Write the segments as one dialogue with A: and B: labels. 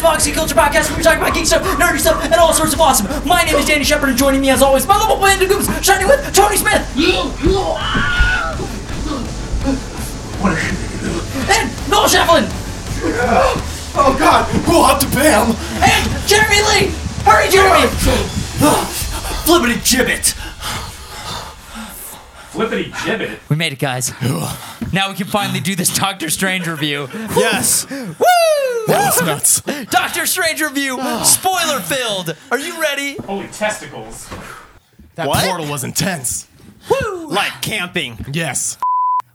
A: Toxic Culture Podcast, where we talk about geek stuff, nerdy stuff, and all sorts of awesome. My name is Danny Shepard, and joining me as always, my little band of goops, shining with Tony Smith. and Noel Shefflin.
B: Oh God, we'll have to pay him.
A: And Jeremy Lee. Hurry, Jeremy.
B: Ah,
A: Flippity gibbet.
C: Flippity gibbet.
A: We made it, guys. now we can finally do this Doctor Strange review.
B: Yes,
A: Woo!
B: that was nuts. Ah.
A: Doctor Strange review, spoiler filled. Are you ready?
C: Holy testicles.
B: That
A: What?
B: portal was intense.
A: Woo!
D: like camping.
B: Yes.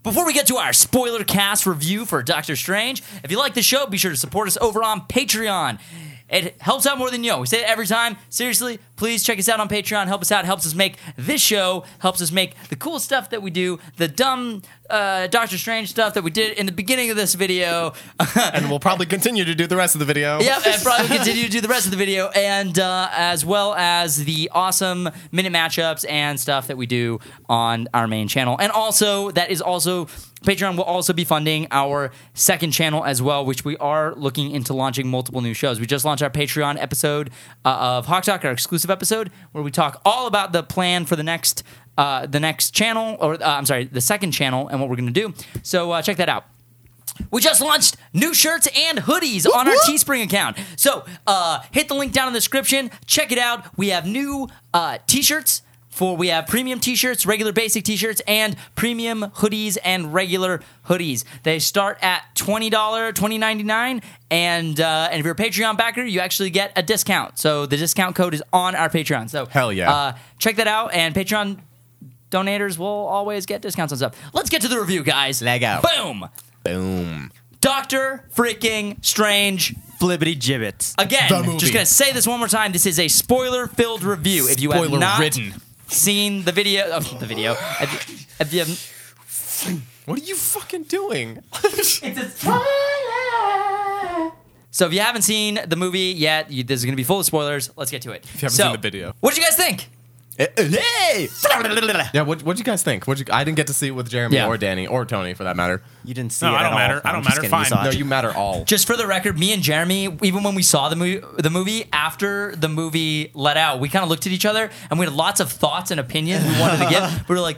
A: Before we get to our spoiler cast review for Doctor Strange, if you like the show, be sure to support us over on Patreon. It helps out more than you know. We say it every time. Seriously, please check us out on Patreon. Help us out. Helps us make this show. Helps us make the cool stuff that we do. The dumb uh, Doctor Strange stuff that we did in the beginning of this video.
B: And we'll probably continue to do the rest of the video.
A: Yep, and probably continue to do the rest of the video, and uh, as well as the awesome minute matchups and stuff that we do on our main channel. And also, that is also Patreon will also be funding our second channel as well, which we are looking into launching multiple new shows. We just launched our Patreon episode uh, of Hawk Talk, our exclusive episode, where we talk all about the plan for the next. Uh, the next channel, or uh, I'm sorry, the second channel, and what we're going to do. So uh, check that out. We just launched new shirts and hoodies on our Teespring account. So uh, hit the link down in the description. Check it out. We have new uh, t-shirts. For we have premium t-shirts, regular basic t-shirts, and premium hoodies and regular hoodies. They start at $20, $20.99, and uh, and if you're a Patreon backer, you actually get a discount. So the discount code is on our Patreon. So
B: Hell yeah.
A: uh, check that out. And Patreon donators will always get discounts on stuff. Let's get to the review, guys.
D: Leg out.
A: Boom.
D: Boom.
A: Doctor freaking Strange.
D: Flippity gibbet.
A: Again,
B: The movie.
A: just gonna say this one more time. This is a spoiler-filled review. If you have not
D: Spoiler-ridden.
A: seen the video, oh, the video, if you, if you have-
B: What are you fucking doing?
A: so if you haven't seen the movie yet, you, this is gonna be full of spoilers. Let's get to it. If
B: you haven't seen the video.
A: what did you guys think?
D: Hey!
B: Eh, Yeah. What What'd you guys think? What'd you, I didn't get to see it with Jeremy
A: Yeah.
B: or Danny or Tony for that matter.
D: You didn't see
E: No,
D: it.
E: I
D: at
E: don't
D: all.
E: matter. I
D: I'm
E: don't matter.
D: just kidding.
E: Fine.
D: You saw
B: No,
D: it.
B: you matter all.
A: Just for the record, me and Jeremy, even when we saw the movie, the movie after the movie let out, we kind of looked at each other and we had lots of thoughts and opinions we wanted to give. We were like,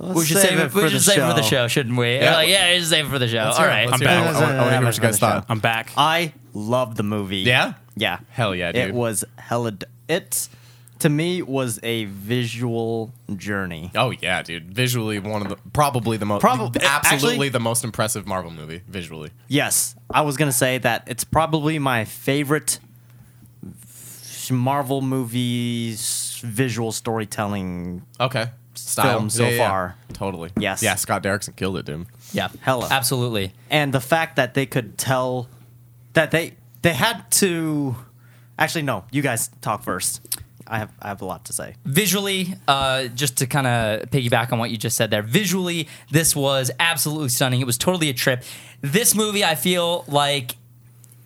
A: we should save, it, for, we should save it for the show, shouldn't we? Yeah,
B: Yeah.
A: like, yeah we should save it for the show. All
B: hear it.
A: right.
B: Let's
E: I'm back.
B: hear it. I want to hear what you guys thought.
E: I'm back.
D: I love the movie.
B: Yeah?
D: Yeah.
B: Hell yeah, dude.
D: It was hella. D- it, to me, was a visual journey.
B: Oh yeah, dude. Visually one of the probably the most
D: Probably-
B: absolutely
D: actually-
B: the most impressive Marvel movie visually.
D: Yes, I was gonna say that it's probably my favorite Marvel movies visual storytelling.
B: Okay. Style
D: Film so
B: Yeah, yeah, yeah.
D: far.
B: Totally.
D: Yes.
B: Yeah, Scott Derrickson killed it, dude.
A: Yeah.
D: Hella.
A: Absolutely.
D: and the fact that they could tell that they they had to actually no you guys talk first i have i have a lot to say
A: Visually, uh, just to kind of piggyback on what you just said there, visually, this was absolutely stunning. It was totally a trip. This movie, I feel like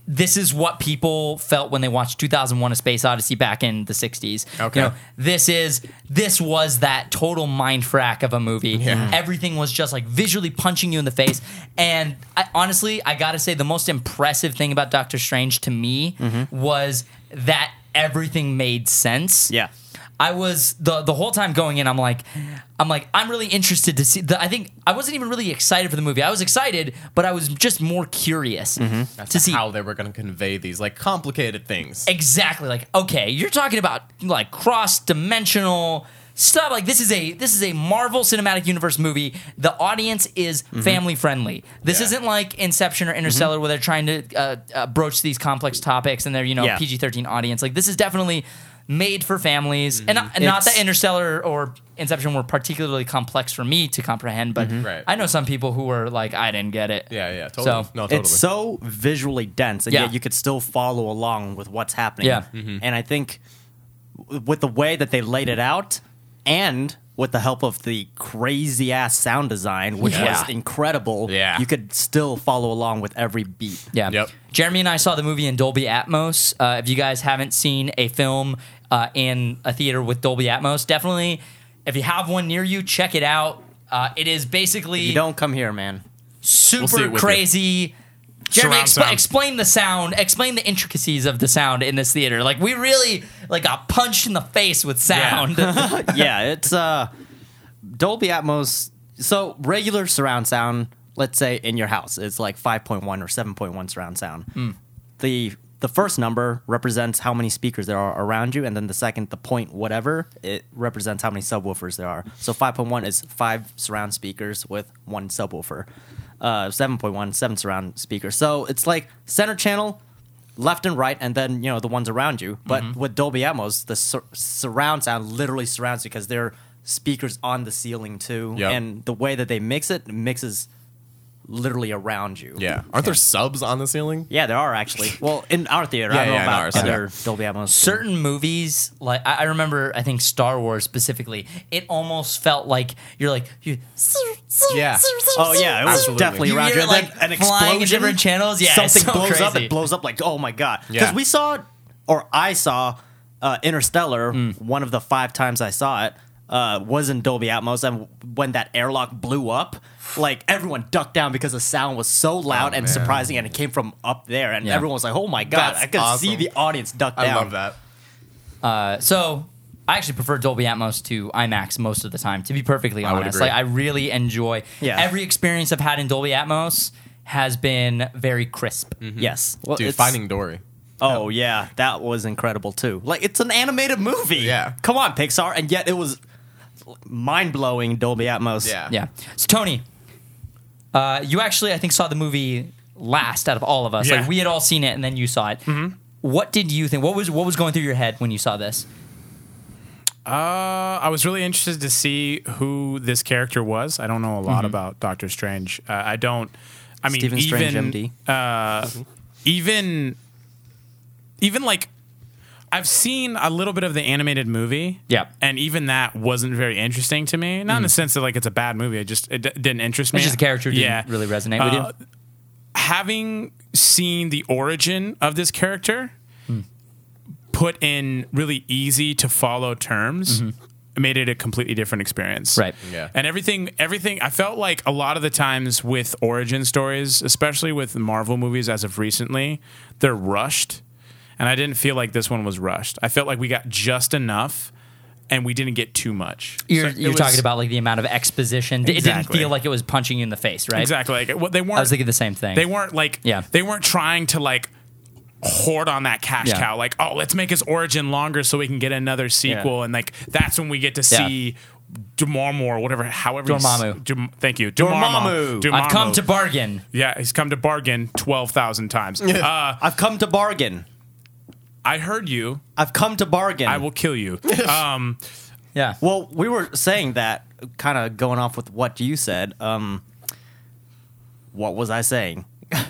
A: this is what people felt when they watched 2001 A Space Odyssey back in the 60s.
B: Okay.
A: You know, this is this was that total mind frack of a movie. Everything was just like visually punching you in the face. And I, honestly, I gotta say the most impressive thing about Doctor Strange to me was that everything made sense.
D: Yeah.
A: I was the the whole time going in. I'm like, I'm like, I'm really interested to see. The, I think I wasn't even really excited for the movie. I was excited, but I was just more curious
E: Mm-hmm.
A: to see
B: How they were going to convey these like complicated things.
A: exactly like okay you're talking about like cross-dimensional stuff like this is a this is a marvel cinematic universe movie the audience is family friendly this
B: Mm-hmm. Yeah. Mm-hmm.
A: isn't like inception or interstellar where they're trying to uh, uh, broach these complex topics and they're you know
D: Yeah.
A: pg-13 audience like this is definitely made for families
B: Mm-hmm.
A: and not, and not that
D: It's-
A: interstellar or inception were particularly complex for me to comprehend but
B: Mm-hmm. Right.
A: i know some people who were like i didn't get it
B: Yeah, yeah, totally.
A: So,
B: no,
E: Oh,
B: totally.
D: it's so visually dense and
A: Yeah.
D: yet you could still follow along with what's happening
A: Yeah.
D: and i think w- with the way that they laid it out and with the help of the crazy ass sound design which
A: Yeah.
D: was incredible
B: Yeah.
D: you could still follow along with every beat
A: Yeah.
B: Yep.
A: Jeremy and I saw the movie in Dolby Atmos. Uh, if you guys haven't seen a film uh, in a theater with Dolby Atmos, definitely, if you have one near you, check it out. Uh, it is basically
D: you don't come here man
A: super
B: it with you.
A: crazy Jeremy,
E: Surround
A: exp-
E: sound.
A: explain the sound. Explain the intricacies of the sound in this theater. Like we really like got punched in the face with sound.
D: yeah, it's uh Dolby Atmos. So regular surround sound, let's say in your house, it's like 5.1 or 7.1 surround sound. The the first number represents how many speakers there are around you, and then the second, the point whatever, it represents how many subwoofers there are. So 5.1 is five surround speakers with one subwoofer. Uh, 7.1, seven surround speakers. So it's like center channel, left and right, and then you know the ones around you. But with Dolby Atmos, the sur- surround sound literally surrounds you because there are speakers on the ceiling too,
E: Yep.
D: and the way that they mix it mixes literally around you.
E: Yeah. Aren't there subs on the ceiling?
D: Yeah, there are actually. Well, in our theater, I
E: Yeah,
D: don't know
E: yeah, in
D: about
E: ours,
D: other Dolby Atmos.
A: certain movies like I, I remember i think star wars specifically it almost felt like you're like you
E: Yeah.
D: Oh yeah, it was
E: Absolutely.
D: definitely
A: You
D: around
A: hear,
D: you. And then
A: like, flying in different channels? Yeah, it's
D: something
A: so
D: blows up.
A: crazy.
D: It blows up like oh my god. Because
E: Yeah.
D: we saw, or I saw, uh, Interstellar. One of the five times I saw it uh, was in Dolby Atmos, and when that airlock blew up, like everyone ducked down because the sound was so loud
E: Oh,
D: and
E: man.
D: surprising, and it came from up there, and
A: Yeah.
D: everyone was like, oh my god,
E: That's
D: I could see
E: awesome.
D: the audience duck
E: I
D: down.
E: love that.
A: Uh, so I actually prefer Dolby Atmos to IMAX most of the time. To be perfectly
E: I would
A: honest,
E: agree.
A: like I really enjoy
D: Yeah.
A: every experience I've had in Dolby Atmos has been very crisp.
D: Yes, well,
E: Dude,
D: it's-
E: Finding Dory.
D: Oh yeah, that was incredible too. Like it's an animated movie.
E: Yeah.
D: Come on, Pixar, and yet it was mind blowing Dolby Atmos.
E: Yeah.
A: Yeah. So Tony, uh, you actually I think saw the movie last out of all of us.
E: Yeah.
A: Like we had all seen it, and then you saw it.
F: Mm-hmm.
A: What did you think? What was what was going through your head when you saw this?
E: Uh,
F: I was really interested to see who this character was. I don't know a lot
A: Mm-hmm.
F: about Doctor Strange. Uh, I don't. I mean,
D: Stephen
F: even uh,
D: Strange, MD.
F: even even like I've seen a little bit of the animated movie.
A: Yeah. Mm.
F: and even that wasn't very interesting to me. Not in the sense that like it's a bad movie. It just it d- didn't interest me.
A: It's just a character who didn't
F: Yeah.
A: really resonate with
F: Uh, having seen the origin of this character put in really easy to follow terms made it a completely different experience
A: Mm-hmm. Right.
E: Yeah.
F: and everything everything i felt like a lot of the times with origin stories especially with marvel movies as of recently they're rushed and i didn't feel like this one was rushed i felt like we got just enough and we didn't get too much
A: you. You're,
F: So it
A: you're
F: was-
A: talking about like the amount of exposition. It didn't
F: Exactly.
A: feel like it was punching you in the face, right?
F: exactly like what they weren't
A: I was thinking the same thing.
F: They weren't like
A: Yeah.
F: they weren't trying to like hoard on that cash
A: Yeah.
F: cow. Like, oh, let's make his origin longer so we can get another sequel, and like that's when we get to
A: Yeah.
F: see Dormammu or whatever. However, you s-
A: Dormammu.
F: Dorm- thank you, Dormammu.
D: Dormammu.
A: I've come
F: Dormammu.
A: to bargain.
F: yeah, he's come to bargain twelve thousand times. uh,
D: I've come to bargain.
F: I heard you.
D: I've come to bargain.
A: Mm.
F: I will kill you. Um,
A: Yeah.
D: Well, we were saying that, kind of going off with what you said. Um, what was I saying?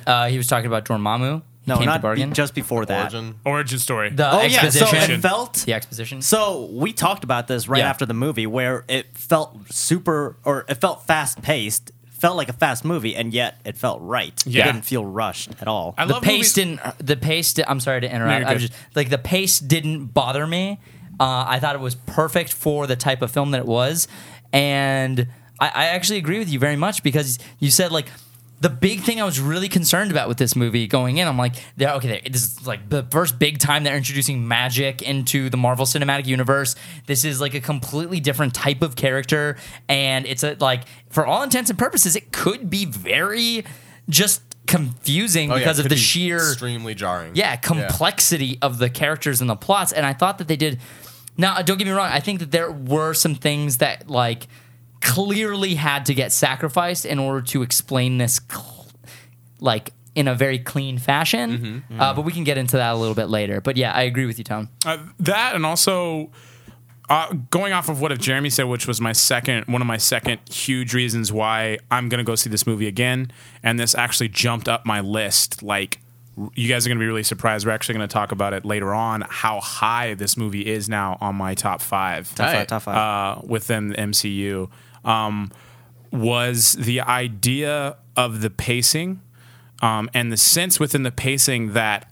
A: Uh, he was talking about Dormammu. He
D: No,
A: came
D: not
A: to bargain.
D: just before that.
E: Origin.
F: origin story.
A: the
D: Oh
A: exposition.
D: yeah, so it felt
A: the exposition.
D: So we talked about this right
A: Yeah.
D: after the movie, where it felt super, or it felt fast paced, felt like a fast movie, and yet it felt right.
F: Yeah.
D: It didn't feel rushed at all.
F: I
A: the
F: love
A: pace
F: movies-
A: didn't. uh, The pace. Di- I'm sorry to
F: No,
A: interrupt.
F: you're
A: I was
F: good.
A: just like the pace didn't bother me. Uh, I thought it was perfect for the type of film that it was, and I, I actually agree with you very much because you said like the big thing I was really concerned about with this movie going in. I'm like, they're, okay, they this is like the first big time they're introducing magic into the Marvel Cinematic Universe. This is like a completely different type of character, and it's a like for all intents and purposes, it could be very just confusing
E: Oh, yeah,
A: because
E: it
A: of
E: could
A: the
E: be
A: sheer
E: extremely jarring.
A: yeah complexity of the characters and the plots and i thought that they did now don't get me wrong i think that there were some things that like clearly had to get sacrificed in order to explain this cl- like in a very clean fashion Uh, but we can get into that a little bit later but yeah i agree with you tom
F: Uh, that and also uh, going off of what if Jeremy said, which was my second one of my second huge reasons why I'm gonna go see this movie again, and this actually jumped up my list. Like r- you guys are gonna be really surprised. We're actually gonna talk about it later on how high this movie is now on my top five
D: Top
E: Right.
D: five, top five.
F: uh, within the MCU um, was the idea of the pacing um, and the sense within the pacing that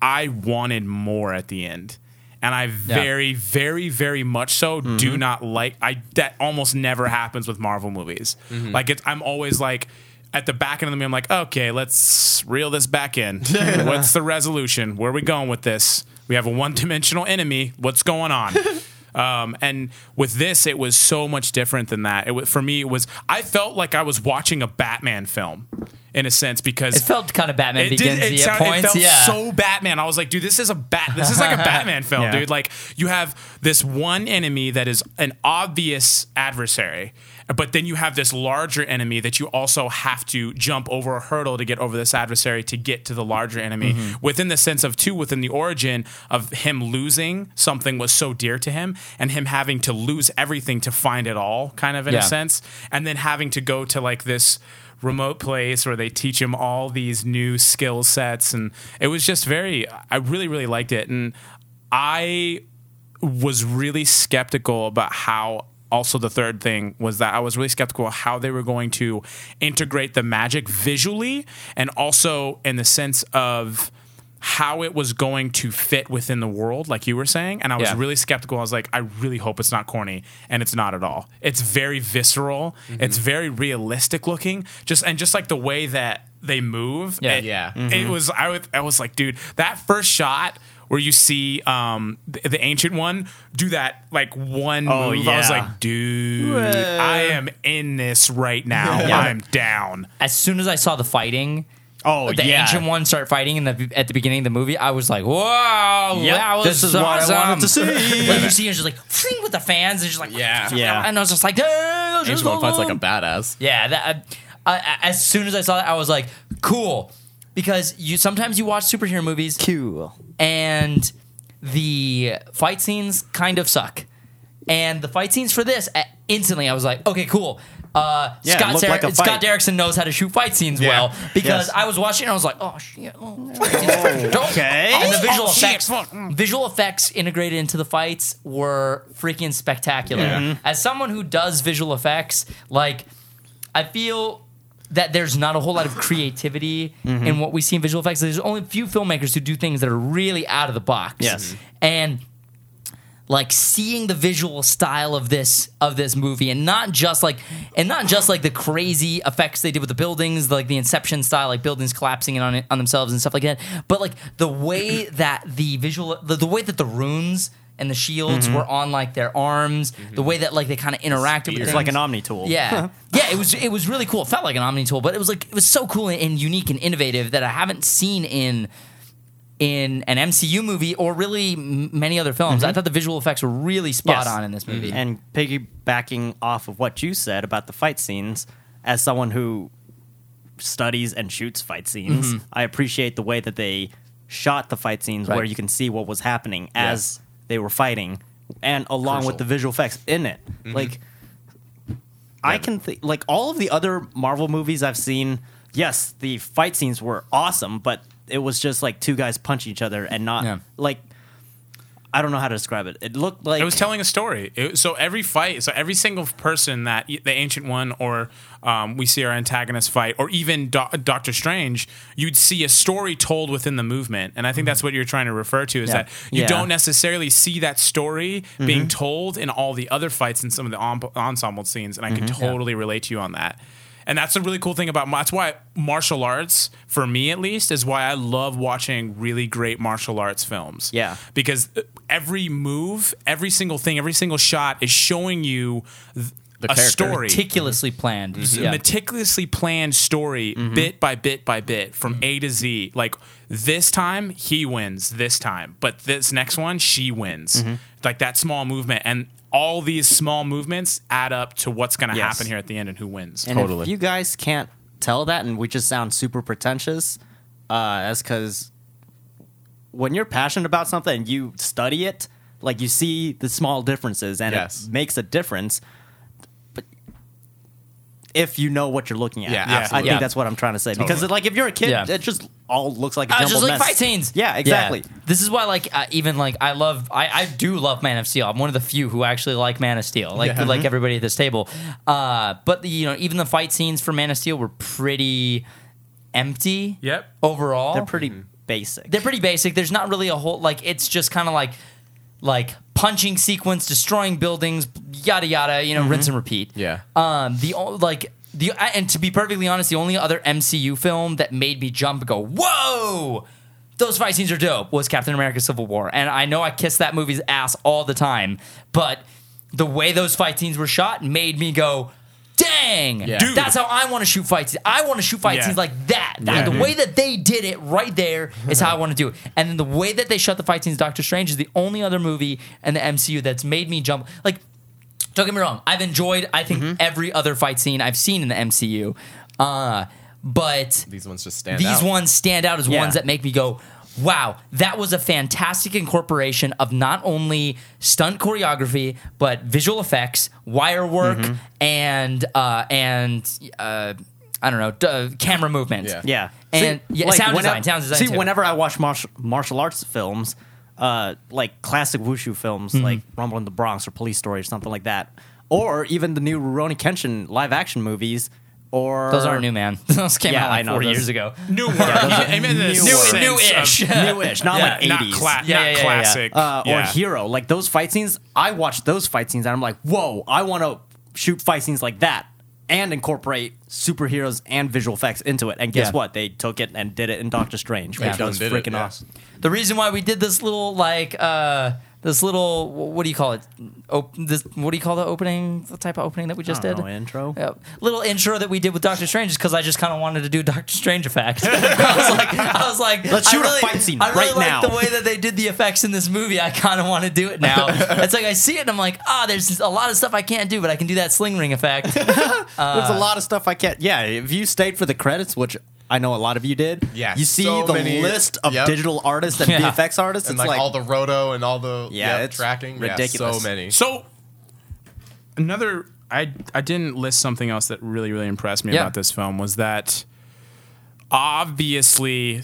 F: I wanted more at the end. And I very, very, very much so
A: Mm-hmm.
F: do
A: Mm-hmm.
F: not like I that almost never happens with Marvel movies. Like it's I'm always like at the back end of the movie, I'm like, okay, let's reel this back in. What's the resolution? Where are we going with this? We have a one dimensional enemy. What's going on? Um, and with this, it was so much different than that. It was, for me, it was I felt like I was watching a Batman film, in a sense, because
A: It felt kind of Batman
F: did-
A: Begins at
F: sound-
A: points.
F: It felt
A: yeah.
F: so Batman. I was like, dude, this is a bat. This is like a Batman film,
D: Yeah.
F: dude. Like you have this one enemy that is an obvious adversary, but then you have this larger enemy that you also have to jump over a hurdle to get over this adversary to get to the larger enemy.
A: Mm-hmm.
F: Within the sense of too, within the origin of him losing something was so dear to him, and him having to lose everything to find it all, kind of in
A: Yeah.
F: a sense, and then having to go to like this remote place where they teach him all these new skill sets and it was just very i really really liked it and i was really skeptical about how also the third thing was that i was really skeptical of how they were going to integrate the magic visually and also in the sense of how it was going to fit within the world like you were saying and i was
A: Yeah.
F: really skeptical i was like i really hope it's not corny and it's not at all it's very visceral it's very realistic looking just and just like the way that they move
A: Yeah.
F: it-
E: Yeah.
F: it was I was I was like, dude, that first shot where you see um the, the ancient one do that like one
D: Oh,
F: move. I was
D: yeah.
F: like, dude, I am in this right now.
A: Yeah.
F: I'm down.
A: As soon as I saw the fighting,
D: Oh
A: the ancient one start fighting in the at the beginning of the movie, I was like, "Wow,
D: Yep,
A: that was
D: this is what I
A: awesome.
D: wanted to see.
A: like you see, it's just like "Phing," with the fans, and just like
E: Yeah.
D: Yeah.
A: and I was just like, "Damn,
E: Each
A: just
E: one fights
A: alone."
E: like a badass.
A: yeah." That I, I, as soon as I saw that, I was like, "Cool," because you sometimes you watch superhero movies
D: Cool.
A: and the fight scenes kind of suck. And the fight scenes for this, uh, instantly, I was like, okay, cool. Uh,
D: Yeah, it
A: Scott,
D: looked
A: Ser-
D: like a
A: Scott
D: fight.
A: Derrickson knows how to shoot fight scenes well because
D: Yes.
A: I was watching and I was like, oh shit, oh, okay. And the visual
D: Oh,
A: effects, visual effects integrated into the fights were freaking spectacular. As someone who does visual effects, like I feel that there's not a whole lot of creativity
D: Mm-hmm.
A: in what we see in visual effects. There's only a few filmmakers who do things that are really out of the box.
D: Yes. Mhm.
A: And like seeing the visual style of this of this movie and not just like and not just like the crazy effects they did with the buildings like the inception style like buildings collapsing in on it, on themselves and stuff like that but like the way that the visual the, the way that the runes and the shields
D: Mm-hmm.
A: were on like their arms the way that like they kind of interacted with
D: It's
A: things.
D: like an omni tool.
A: Yeah, yeah. It was it was really cool. It felt like an omni tool, but it was like it was so cool and, and unique and innovative that I haven't seen in in an MCU movie or really m- many other films. I thought the visual effects were really spot
D: Mm-hmm. Yes. Mm-hmm.
A: on in this movie.
D: And piggybacking off of what you said about the fight scenes, as someone who studies and shoots fight scenes, I appreciate the way that they shot the fight scenes
A: Right.
D: where you can see what was happening as they were fighting and along with
E: Crucial.
D: the visual effects in it. Like, I can think, like, all of the other Marvel movies I've seen, yes, the fight scenes were awesome, but it was just like two guys punch each other and not
A: Yeah.
D: like. I don't know how to describe it. It looked like
F: It was telling a story. It, so every fight, so every single person that the ancient one or um, we see our antagonist fight, or even Doc Doctor Strange, you'd see a story told within the movement. And I think that's what you're trying to refer to is
A: Yeah.
F: that you
D: Yeah.
F: don't necessarily see that story
E: Mm-hmm.
F: being told in all the other fights and some of the en- ensemble scenes. And I
E: Mm-hmm.
F: can totally relate to you on that. And that's a really cool thing about that's why martial arts for me at least is why I love watching really great martial arts films
D: Yeah.
F: because uh, every move, every single thing, every single shot is showing you th-
E: The
F: a
E: character.
F: story.
A: Meticulously planned.
F: a
D: Mm-hmm.
A: Yeah.
F: Meticulously planned story, bit by bit by bit, from A to Z. Like this time he wins, this time, but this next one she wins.
D: Mm-hmm.
F: Like that small movement, and all these small movements add up to what's going to
D: Yes.
F: happen here at the end and who wins.
D: And
E: Totally.
D: if you guys can't tell that and we just sound super pretentious, uh, that's because when you're passionate about something and you study it, like you see the small differences and
E: Yes.
D: it makes a difference. But if you know what you're looking at,
E: Yeah,
F: Yeah.
D: I
E: absolutely.
D: think
A: Yeah.
D: that's what I'm trying to say. Because like if you're a kid,
A: Yeah.
D: it just all looks like a
A: I was
D: jumbled
A: Ah, just like
D: mess.
A: fight scenes.
D: Yeah, exactly.
A: This is why, like, uh, even like I love, I, I do love Man of Steel. I'm one of the few who actually like Man of Steel, like like everybody at this table. Uh, but you know, even the fight scenes for Man of Steel were pretty empty.
F: Yep.
A: Overall,
D: They're pretty
E: Hmm.
D: basic.
A: they're pretty basic. There's not really a whole like it's just kind of like like punching sequence, destroying buildings, yada yada. You know, rinse and repeat.
E: Yeah.
A: Um. The o- like the the I- and to be perfectly honest, the only other MCU film that made me jump and go, "Whoa!" Those fight scenes are dope. Was Captain America: Civil War, and I know I kiss that movie's ass all the time, but the way those fight scenes were shot made me go, "Dang,
F: Dude.
A: that's how I want to shoot fights. I want to shoot fight
F: Yeah.
A: scenes like that.
F: Yeah,
A: the
F: dude.
A: way that they did it right there is how I want to do it. And then the way that they shut the fight scenes, Doctor Strange is the only other movie in the MCU that's made me jump. Like, don't get me wrong, I've enjoyed. I think every other fight scene I've seen in the MCU, uh, but
E: These ones just stand out.
A: these ones stand out as
D: Yeah.
A: ones that make me go, wow, that was a fantastic incorporation of not only stunt choreography but visual effects, wire work,
D: Mm-hmm.
A: and uh, and uh, I don't know, d- uh, camera movement.
E: Yeah.
D: Yeah.
A: And- yeah, sound
D: whenever-
A: design, sound design
D: See,
A: too.
D: whenever I watch martial, martial arts films, uh, like classic wushu films,
A: Mm-hmm.
D: like Rumble in the Bronx or Police Story or something like that, or even the new Rurouni Kenshin live action movies, or
A: Those aren't new, man. Those came
D: Yeah,
A: out like
D: I know,
A: four
D: those-
A: years ago.
F: New work. I mean, the
D: New
F: sense
D: work.
A: New-ish.
F: of-
D: newish, not
F: yeah,
D: like
F: not,
D: eighties.
F: cla-
A: Yeah,
F: not
A: yeah, yeah, yeah.
F: classic.
D: uh, or
F: yeah.
D: Hero. Like those fight scenes, I watch those fight scenes and I'm like, whoa, I want to shoot fight scenes like that and incorporate superheroes and visual effects into it. And guess
A: Yeah.
D: what? They took it and did it in Doctor Strange, which
A: Yeah.
D: was
E: Done did it,
D: freaking
E: yeah.
D: awesome.
A: The reason why we did this little like uh this little wh- what do you call it? Op- this what do you call the opening the type of opening that we just
D: I don't
A: did?
D: know, intro?
A: Yep. Little intro that we did with Doctor Strange is because I just kind of wanted to do Doctor Strange effects. I was like, I was like,
D: Let's
A: I
D: shoot a
A: really-
D: fight scene
A: I really
D: right
A: like
D: now.
A: the way that they did the effects in this movie. I kind of want to do it now. it's like I see it and I'm like, ah, there's a lot of stuff I can't do, but I can do that sling ring effect.
D: There's a lot of stuff I can't. Yeah, if you stayed for the credits, which I know a lot of you did,
E: Yeah,
D: you see
E: so
D: the
E: many-
D: list of
E: yep.
D: digital artists and
A: Yeah.
D: VFX artists.
E: and
D: it's
E: like, all the roto and all the
D: Yeah,
E: yeah,
D: it's
E: tracking. Yeah,
D: ridiculous.
E: so many.
F: So another I I didn't list something else that really really impressed me
A: Yeah.
F: about this film was that obviously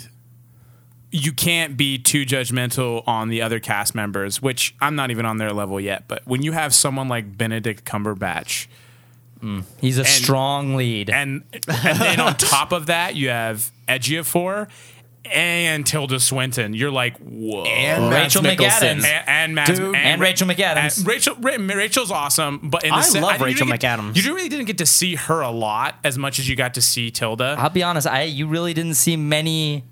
F: you can't be too judgmental on the other cast members, which I'm not even on their level yet, but when you have someone like Benedict Cumberbatch
A: He's a strong lead.
F: and and then on top of that you have Edgeofor and Tilda Swinton, you're like, whoa.
E: And Mads
A: Rachel
E: Mikkelsen.
A: McAdams.
F: And, and Mads,
A: Dude. And Rachel McAdams.
F: and Rachel Ra- Rachel's awesome, but in the
D: I
F: sen-
D: love
F: didn't
D: Rachel
F: really get-
D: McAdams.
F: You really didn't get to see her a lot as much as you got to see Tilda.
A: I'll be honest, I you really didn't see many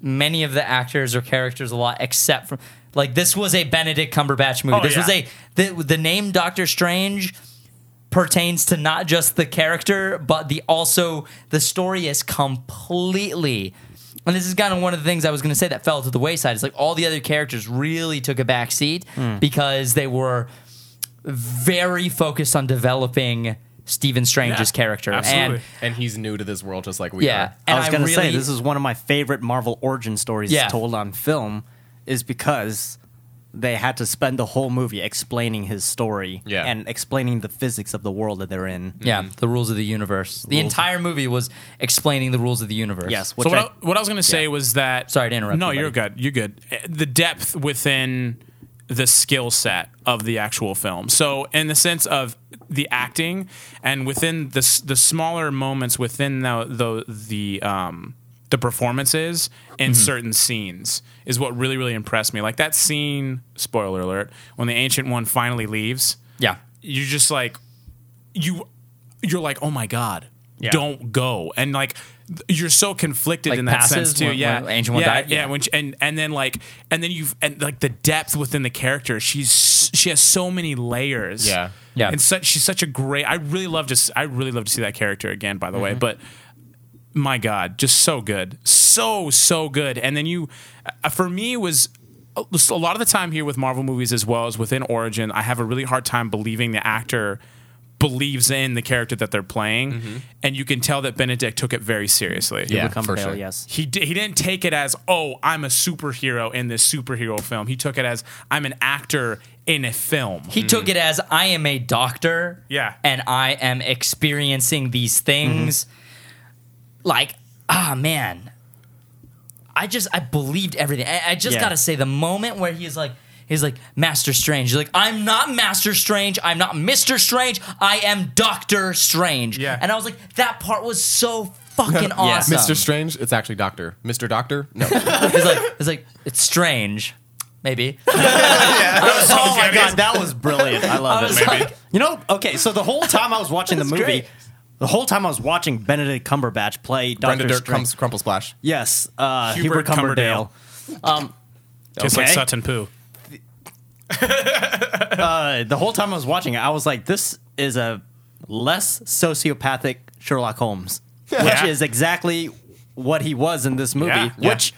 A: many of the actors or characters a lot except for like this was a Benedict Cumberbatch movie.
F: Oh,
A: this was
F: yeah.
A: a the, the name Doctor Strange pertains to not just the character but the also the story is completely and this is kind of one of the things I was going to say that fell to the wayside. It's like all the other characters really took a back seat
F: Hmm.
A: because they were very focused on developing Stephen Strange's
F: Yeah,
A: character.
F: absolutely.
A: And
E: And he's new to this world just like we
A: yeah,
E: are.
A: and
D: I was gonna
A: really-
D: say this is one of my favorite Marvel origin stories
A: Yeah.
D: told on film, is because they had to spend the whole movie explaining his story
E: Yeah.
D: and explaining the physics of the world that they're in.
A: Yeah, the rules of the universe. The entire movie was explaining the rules of the universe.
D: Yes, which
F: So what
D: I-
F: I, what I was going to say was that
A: Sorry to interrupt
F: No,
A: you,
F: you're good. You're good. Eh, The depth within the skill set of the actual film. So in the sense of the acting and within the s- the smaller moments within the the, the um the performances in
A: Mm-hmm.
F: certain scenes is what really really impressed me. Like that scene, spoiler alert, when the ancient one finally leaves
A: Yeah.
F: you're just like you you're like oh my god don't go and like th- you're so conflicted
A: Like
F: in that
A: passes
F: sense too
A: when-
F: yeah
A: when Angel One
F: yeah,
A: died?
F: yeah,
A: Yeah.
F: when she- and and then like and then you've and like the depth within the character she's she has so many layers
E: Yeah.
A: Yeah.
F: and such she's such a great i really love to s- i really love to see that character again by the
A: Mm-hmm.
F: way but my god just so good so so good and then you uh, for me was uh, a lot of the time here with marvel movies as well as within origin i have a really hard time believing the actor believes in the character that they're playing and you can tell that benedict took it very seriously
E: Mm-hmm. Yeah,
D: become
E: for
D: Bale,
E: sure.
D: yes.
F: he, di- he didn't take it as oh i'm a superhero in this superhero film he took it as i'm an actor in a film
A: He took it as I am a doctor.
F: Yeah.
A: And I am experiencing these things. Like, ah, man. I just, I believed everything. I, I just
D: Yeah.
A: got to say, the moment where he's like, he's like, Master Strange. He's like, I'm not Master Strange. I'm not Mr. Strange. I am Doctor Strange.
F: Yeah.
A: And I was like, that part was so fucking awesome.
E: Mr. Strange, it's actually Doctor. Mr. Doctor? No.
A: It's like it's like it's strange, maybe.
D: oh my god, that was brilliant. I love it.
A: was like-
D: you know, okay, so the whole time I was watching the
A: That's
D: movie,
A: great.
D: the The whole time I was watching Benedict Cumberbatch play Doctor
E: Brenda Dirk
D: Strange.
E: comes Crumple Splash.
D: yes, uh,
F: Hubert
D: Hubert, Cumberdale.
F: Cumberdale. Just like
D: Okay.
F: Sutton Poo.
D: Uh, the whole time I was watching it, I was like, "This is a less sociopathic Sherlock Holmes,"
F: Yeah.
D: which is exactly what he was in this movie.
F: Yeah. Yeah.
D: Which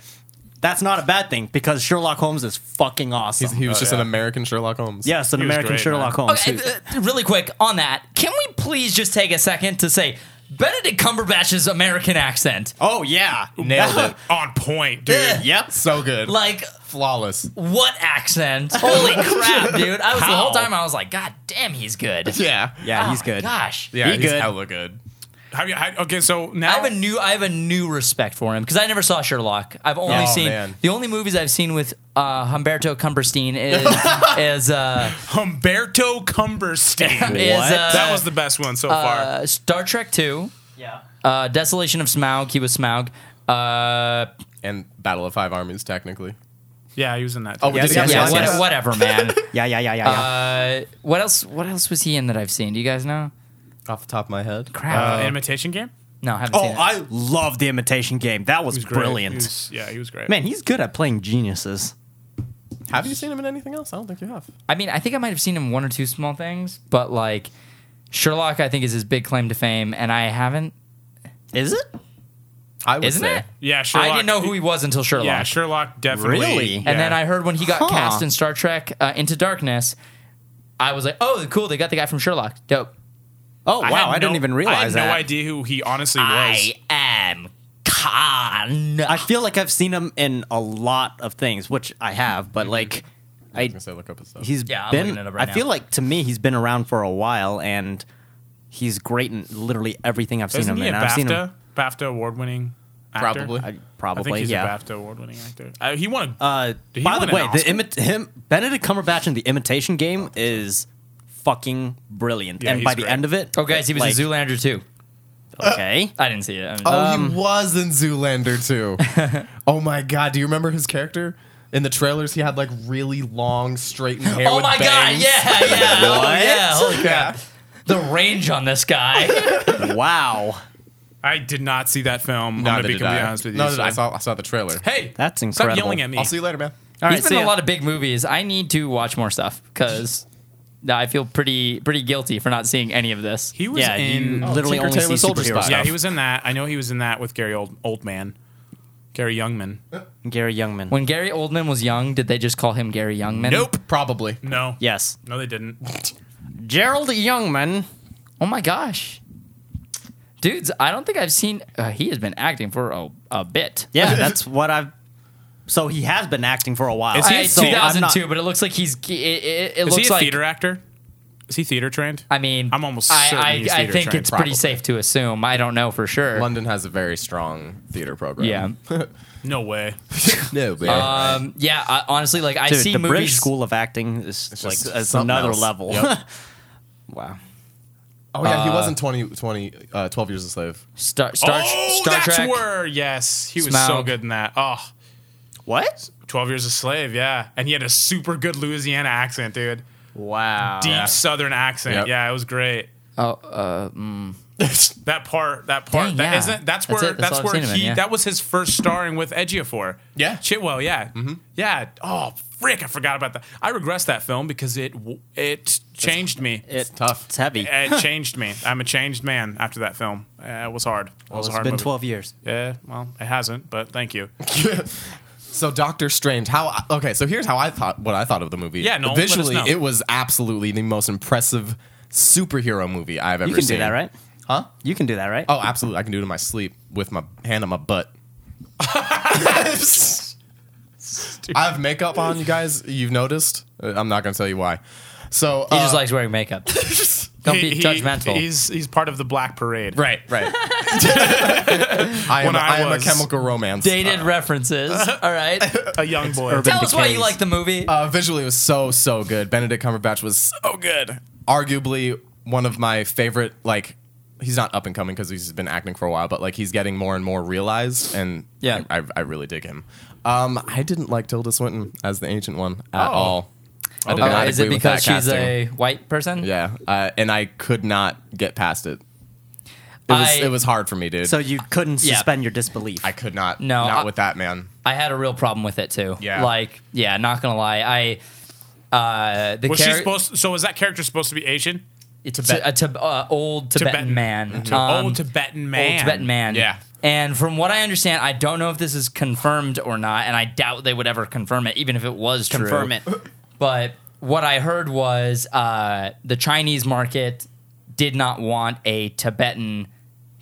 D: that's not a bad thing because Sherlock Holmes is fucking awesome.
E: He's, he was just an American Sherlock Holmes.
D: yes, an
F: he was
D: American
F: great,
D: Sherlock Holmes.
A: Okay,
D: who-
A: uh, really quick on that, can we please just take a second to say Benedict Cumberbatch's American accent?
D: oh yeah,
E: Nailed it.
F: On point, dude.
D: Yep.
E: So good.
A: Like,
E: Flawless.
A: what accent? Holy crap, dude! I was the whole
F: How?
A: time I was like, God damn, he's good.
E: Yeah.
D: Yeah,
A: Oh
D: he's
A: my
D: good.
A: Gosh.
E: Yeah,
D: He
E: he's
D: good.
E: hella good.
F: Have you, had- okay, so
A: I
F: now
A: have a new I have a new respect for him because I never saw Sherlock. I've only
E: Oh,
A: seen
E: man.
A: the only movies I've seen with uh, Humberto Cumberstein is is uh,
F: Humberto Cumberstein.
A: is uh,
F: that was the best one so far.
A: uh, Star Trek Two,
D: Yeah.
A: uh, Desolation of Smaug. He was Smaug. Uh,
E: And Battle of Five Armies, technically.
F: Yeah, he was in that.
E: Oh,
F: too.
E: yeah,
D: Yes,
E: did he have
D: yes,
A: yeah,
E: Smaug?
A: what-
D: yes.
A: whatever, man.
D: Yeah, yeah, yeah, yeah. yeah.
A: uh, what else? What else was he in that I've seen? Do you guys know?
E: Off the top of my head.
A: Crap.
F: Uh, imitation game.
A: no, I haven't
D: oh,
A: seen it.
D: I love the Imitation Game. That was,
F: He was great.
D: brilliant.
F: He was- yeah, he was great.
D: Man, he's good at playing geniuses.
E: Have you seen him in anything else? I don't think you have.
A: I mean, I think I might have seen him one or two small things, but like Sherlock, I think is his big claim to fame, and I haven't.
D: Is it?
E: I would
A: Isn't
E: say.
A: it?
F: yeah, Sherlock.
A: I didn't know who he was until Sherlock.
F: Yeah, Sherlock definitely.
D: Really?
A: And then
F: yeah.
A: I heard when he got
D: Huh.
A: cast in Star Trek uh, Into Darkness, I was like, oh, cool, they got the guy from Sherlock. Dope.
D: Oh
F: I
D: wow,
F: had
D: I didn't
F: no-
D: even realize
F: I had
D: that.
F: no idea who he honestly was.
A: am Khan.
D: I feel like I've seen him in a lot of things, which I have,
F: Mm-hmm.
D: but like I
E: I was gonna say look up his stuff.
D: he's
A: Yeah, I'm
D: been
A: looking it up right
D: I feel
A: now.
D: like to me he's been around for a while and he's great in literally everything I've seen
F: Isn't
D: him
F: he a
D: in. I've seen
F: BAFTA
D: him
F: BAFTA award winning?
E: Probably.
D: I,
F: I
D: probably
F: think he's
D: yeah.
F: a BAFTA award winning actor. Uh, he won a
D: Uh,
F: Did he
D: by
F: win
D: the
F: an
D: way, the
F: Oscar? Oh,
D: imi- him Benedict Cumberbatch in the Imitation Game is fucking brilliant,
F: Yeah,
D: and
F: he's
D: by the
F: great.
D: end of it,
A: Oh, guys, he was
D: like,
A: in Zoolander too.
D: Okay,
A: I didn't see it. I mean,
E: Oh, he was in Zoolander too. oh my god, do you remember his character? In the trailers, he had like really long, straightened hair.
A: oh
E: with
A: my god!
E: bangs.
A: Yeah, yeah. oh,
D: What?
A: yeah. Holy
E: Yeah.
A: crap! The range on this guy.
D: wow,
F: I did not see that film. I'm
E: Neither
F: gonna be
E: did
F: completely
E: I.
F: honest with you.
E: No, did
F: so-
E: I saw I saw the trailer.
F: Hey,
D: that's incredible.
F: stop yelling at me.
E: I'll see you later, man.
D: All right,
A: He's been
D: so
A: in a
D: yeah.
A: lot of big movies. I need to watch more stuff because I feel pretty pretty guilty for not seeing any of this.
F: He was
D: yeah,
F: in. uh,
D: you literally
E: Tinker
D: only
E: Tailor
D: see
E: Soldier
D: superhero
E: Spy.
F: yeah,
D: stuff.
F: he was in that. I know he was in that with Gary Old Oldman, Gary Youngman.
D: Gary Youngman.
A: When Gary Oldman was young, did they just call him Gary Youngman?
E: Nope. Probably.
F: No.
D: yes,
F: No, they didn't.
D: Gerald Youngman.
A: Oh my gosh. Dudes, I don't think I've seen. Uh, he has been acting for a, a bit.
D: Yeah, that's what I've. So he has been acting for a while.
F: Is he-
A: I,
F: so I'm
A: 2002, but it looks like he's. It, it, it
F: Is
A: looks
F: he a
A: like.
F: theater actor? Is he theater trained?
A: I mean,
F: I'm almost certain
A: I,
F: he's
A: I, I
F: theater
A: think
F: trained,
A: it's
E: probably.
A: pretty safe to assume. I don't know for sure.
E: London has a very strong theater program.
A: Yeah.
F: No way.
E: no, man.
A: Um, yeah. I, honestly, like I
D: Dude,
A: see
D: the
A: movies.
D: British School of Acting is like
E: just
D: it's
E: something
D: another
E: else.
D: level.
E: Yep.
D: wow.
E: oh yeah, he wasn't 20, 20 uh, 12 years a slave.
A: Star, Star,
F: oh,
A: Star
F: that's
A: Trek.
F: where. Yes, he was so
A: Smaug.
F: good in that. Oh,
D: What?
F: 12 Years a Slave. Yeah, and he had a super good Louisiana accent, dude.
D: Wow.
F: Deep Southern accent.
E: Yep.
F: Yeah, it was great.
A: Oh, uh,
F: That part, that part,
A: Dang,
F: that
A: yeah.
F: not That's where. That's,
A: That's it, that's all I've
F: where
A: seen of him,
F: he.
A: yeah.
F: That was his first starring with Edgiafor.
E: Yeah.
F: Chitwell. Yeah. Mm-hmm. Yeah. Oh, frick! I forgot about that. I regressed that film because it w- it changed me.
D: It's
E: tough.
D: It's heavy.
F: It changed me. I'm a changed man after that film. Uh, it was hard. It was
D: Well,
F: a
D: it's
F: hard
D: been
F: movie.
D: 12 years.
F: Yeah, well, it hasn't, but thank you.
E: So Doctor Strange, how I- okay? So here's how I thought what I thought of the movie.
F: Yeah, Noel, let us
E: visually
F: know.
E: it was absolutely the most impressive superhero movie I've ever
D: You can
E: seen.
D: do that, right? Huh? You can do that, right?
E: Oh, absolutely! I can do it in my sleep with my hand on my butt. I have makeup on, you guys. You've noticed. Uh, I'm not gonna tell you why. So
A: he
E: uh,
A: just likes wearing makeup. Don't
F: He-
A: be
F: he-
A: judgmental.
F: he's he's part of the Black Parade.
E: right, right. I am.
F: When I
E: I, am a
F: was
E: chemical romance.
A: Dated
E: Uh,
A: references. All right.
F: A young boy.
A: Tell us why you
D: Decays.
A: like the movie.
E: uh, visually, it was so so good. Benedict Cumberbatch was
F: Oh, good.
E: arguably one of my favorite like he's not up and coming because he's been acting for a while but like he's getting more and more realized and
A: Yeah.
E: i, I really dig him um i didn't like tilda swinton as the ancient one at
F: Oh.
E: all i did
A: Uh,
E: not
A: is it
E: agree with that
A: because she's
E: casting.
A: a white person?
E: yeah uh, and i could not get past it was,
A: I-
E: it was hard for me, dude.
D: So you couldn't
A: Yeah.
D: suspend your disbelief.
E: I could not.
A: No,
E: not
A: I-
E: with that man.
A: I had a real problem with it too.
E: Yeah.
A: Like, yeah, not gonna lie. I uh the
F: Was she
A: char-
F: supposed? So was that character supposed to be Asian?
A: it's a, Tib- uh, old Tibetan,
F: Tibetan.
A: man.
F: Oh,
A: Um,
F: old Tibetan man.
A: Old Tibetan man.
F: Yeah.
A: And from what I understand, I don't know if this is confirmed or not, and I doubt they would ever confirm it, even if it was true.
D: Confirm it.
A: But what I heard was uh, the Chinese market did not want a Tibetan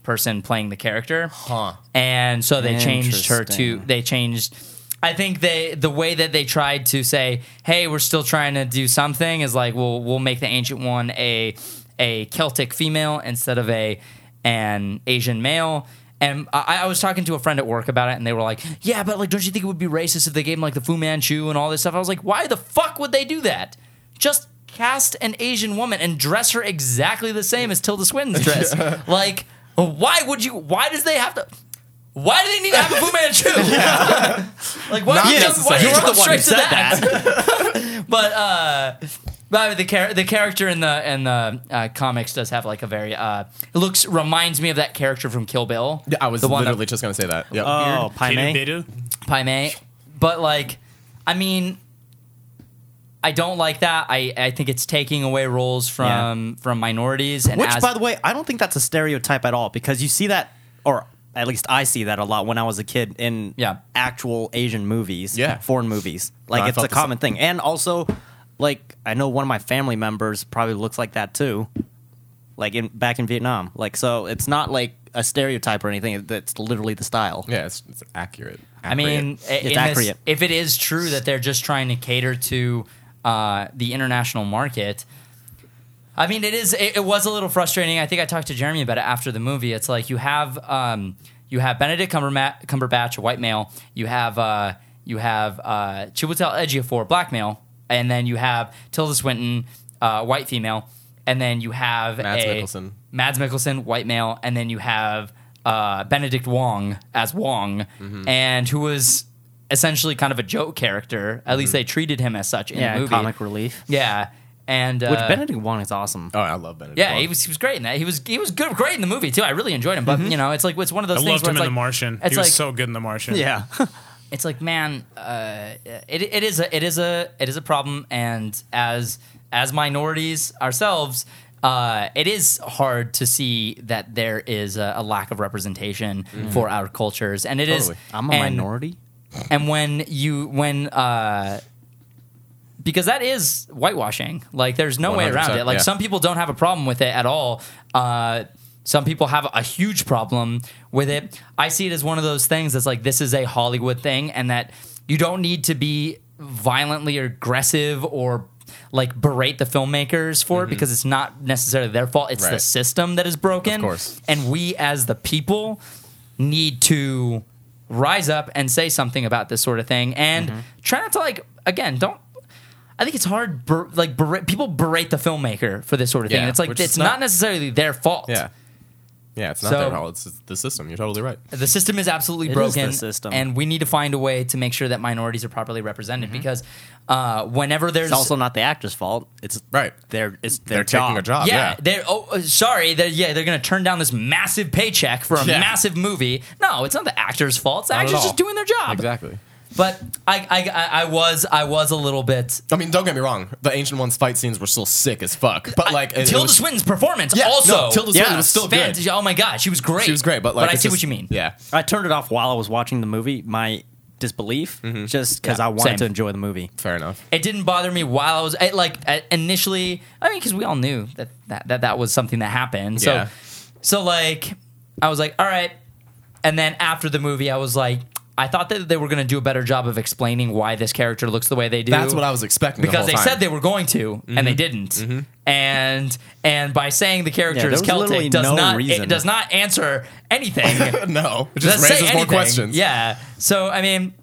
A: person playing the character.
E: Huh.
A: And so they changed her to
D: Interesting.
A: they changed I think they the way that they tried to say, "Hey, we're still trying to do something" is like, "Well, we'll make the ancient one a a Celtic female instead of a an Asian male." And I, I was talking to a friend at work about it, and they were like, "Yeah, but like, don't you think it would be racist if they gave him like the Fu Manchu and all this stuff?" I was like, "Why the fuck would they do that? Just cast an Asian woman and dress her exactly the same as Tilda Swinton's dress. like, why would you? Why does they have to? Why do they need to have a Fu Manchu? like, why,
E: Not
A: do you just, why do you go
E: necessary. You're the one
A: straight
E: who
A: to that? but uh, but I mean, the char- the character in the in the uh, comics does have like a very uh, it looks reminds me of that character from Kill Bill.
E: Yeah, I was
A: the one that- Uh,
E: literally just gonna say that. Yep.
D: oh, Pai Mei?
F: Bidu?
A: Pai Mei. But like, I mean, I don't like that. I, I think it's taking away roles from from minorities and
D: Which,
A: as,
D: by the way, I don't think that's a stereotype at all because you see that, or at least I see that a lot when I was a kid in
A: Yeah.
D: actual Asian movies,
E: Yeah.
D: foreign movies. Like
E: I
D: it's
E: felt
D: a
E: the same.
D: common thing, and also, like I know one of my family members probably looks like that too, like in back in Vietnam. Like so, it's not like a stereotype or anything. That's literally the style.
E: yeah, it's, it's accurate.
A: I mean, i- in
D: It's
A: this-
D: accurate.
A: if it is true that they're just trying to cater to uh, the international market, I mean, it is. It, it was a little frustrating. I think I talked to Jeremy about it after the movie. It's like you have um, you have Benedict Cumberma- Cumberbatch, a white male. You have uh, you have uh, Chiwetel Ejiofor, a black male, and then you have Tilda Swinton, uh, white female, and then you have
E: Mads
A: a-
E: Mikkelsen.
A: Mads Mikkelsen, white male, and then you have uh, Benedict Wong as Wong,
F: Mm-hmm.
A: and who was essentially kind of a joke character.
F: Mm-hmm.
A: At least they treated him as such in the
D: Yeah,
A: movie.
D: comic relief.
A: Yeah, and uh,
D: Which Benedict Wong is awesome.
E: oh, I love Benedict.
A: yeah,
E: Wong.
A: he was he was great in that. He was he was good, great in the movie too. I really enjoyed him, but
D: Mm-hmm.
A: you know, it's like it's one of those
F: I
A: things
F: loved
A: where
F: him in
A: it's like,
F: The Martian.
A: It's
F: He was
A: like
F: so good in The
E: Oh,
F: Martian.
D: Yeah,
A: it's like man, uh, it it is a it is a it is a problem, and as as minorities ourselves. Uh, it is hard to see that there is a, a lack of representation for our cultures, and it is-
E: Totally.
D: Mm-hmm. I'm a
A: and-
D: minority.
A: and when you when uh because that is whitewashing like there's no way around it
E: 100%,
A: like
E: yeah.
A: some people don't have a problem with it at all uh some people have a huge problem with it i see it as one of those things that's like this is a hollywood thing and that you don't need to be violently aggressive or like berate the filmmakers for it because it's not necessarily their fault it's the
E: Mm-hmm. Right.
A: system that is broken
E: Of course.
A: and we as the people need to rise up and say something about this sort of thing and
E: Mm-hmm.
A: try not to like again don't i think it's hard ber- like berate, people berate the filmmaker for this sort of thing
E: Yeah,
A: and it's like
E: which
A: it's
E: is
A: not,
E: not-
A: necessarily their fault
E: Yeah. Yeah, it's not
A: So-
E: their fault. It's just the system. You're totally right.
A: the system is absolutely
D: It is
A: broken
D: the system.
A: and we need to find a way to make sure that minorities are properly represented
E: Mm-hmm.
A: because uh, whenever there's
D: It's also not the actor's fault. It's
E: Right.
D: Their it's their
E: They're taking a job.
A: yeah,
E: Yeah.
A: they're oh uh, sorry they're, yeah they're gonna turn down this massive paycheck for a
E: Yeah.
A: massive movie no it's not the actor's fault the
E: Not at
A: actor's
E: all.
A: just doing their job
E: Exactly.
A: But I, I, I- I was, I was a little bit.
E: I mean, don't get me wrong. The Ancient Ones fight scenes were still sick as fuck. But like, it- it
A: Tilda
E: was-
A: Swinton's performance
E: Yeah,
A: also.
E: no, Tilda Swinton was still
A: fan-
E: good.
A: Oh my god, she was great.
E: She was great, but like,
A: I
E: it's
A: see
E: just-
A: what you mean.
E: Yeah,
D: I turned it off while I was watching the movie. My disbelief, just because
A: Yeah,
D: I wanted
A: same.
D: to enjoy the movie.
E: fair enough.
A: It didn't bother me while I was I, like I- initially. I mean, because we all knew that that, that that was something that happened. So,
E: Yeah.
A: so like, I was like, all right. And then after the movie, I was like, I thought that they were going to do a better job of explaining why this character looks the way they do.
E: That's what I was expecting the
A: because
E: whole
A: they
E: time. Mm-hmm.
A: said they were going to and they didn't and and by saying the
D: Yeah,
A: character
D: there
A: is
D: was literally
A: celtic does
D: no
A: not it
D: reason.
A: does not answer anything
E: no, it
A: does
E: just raises more questions.
A: yeah so i mean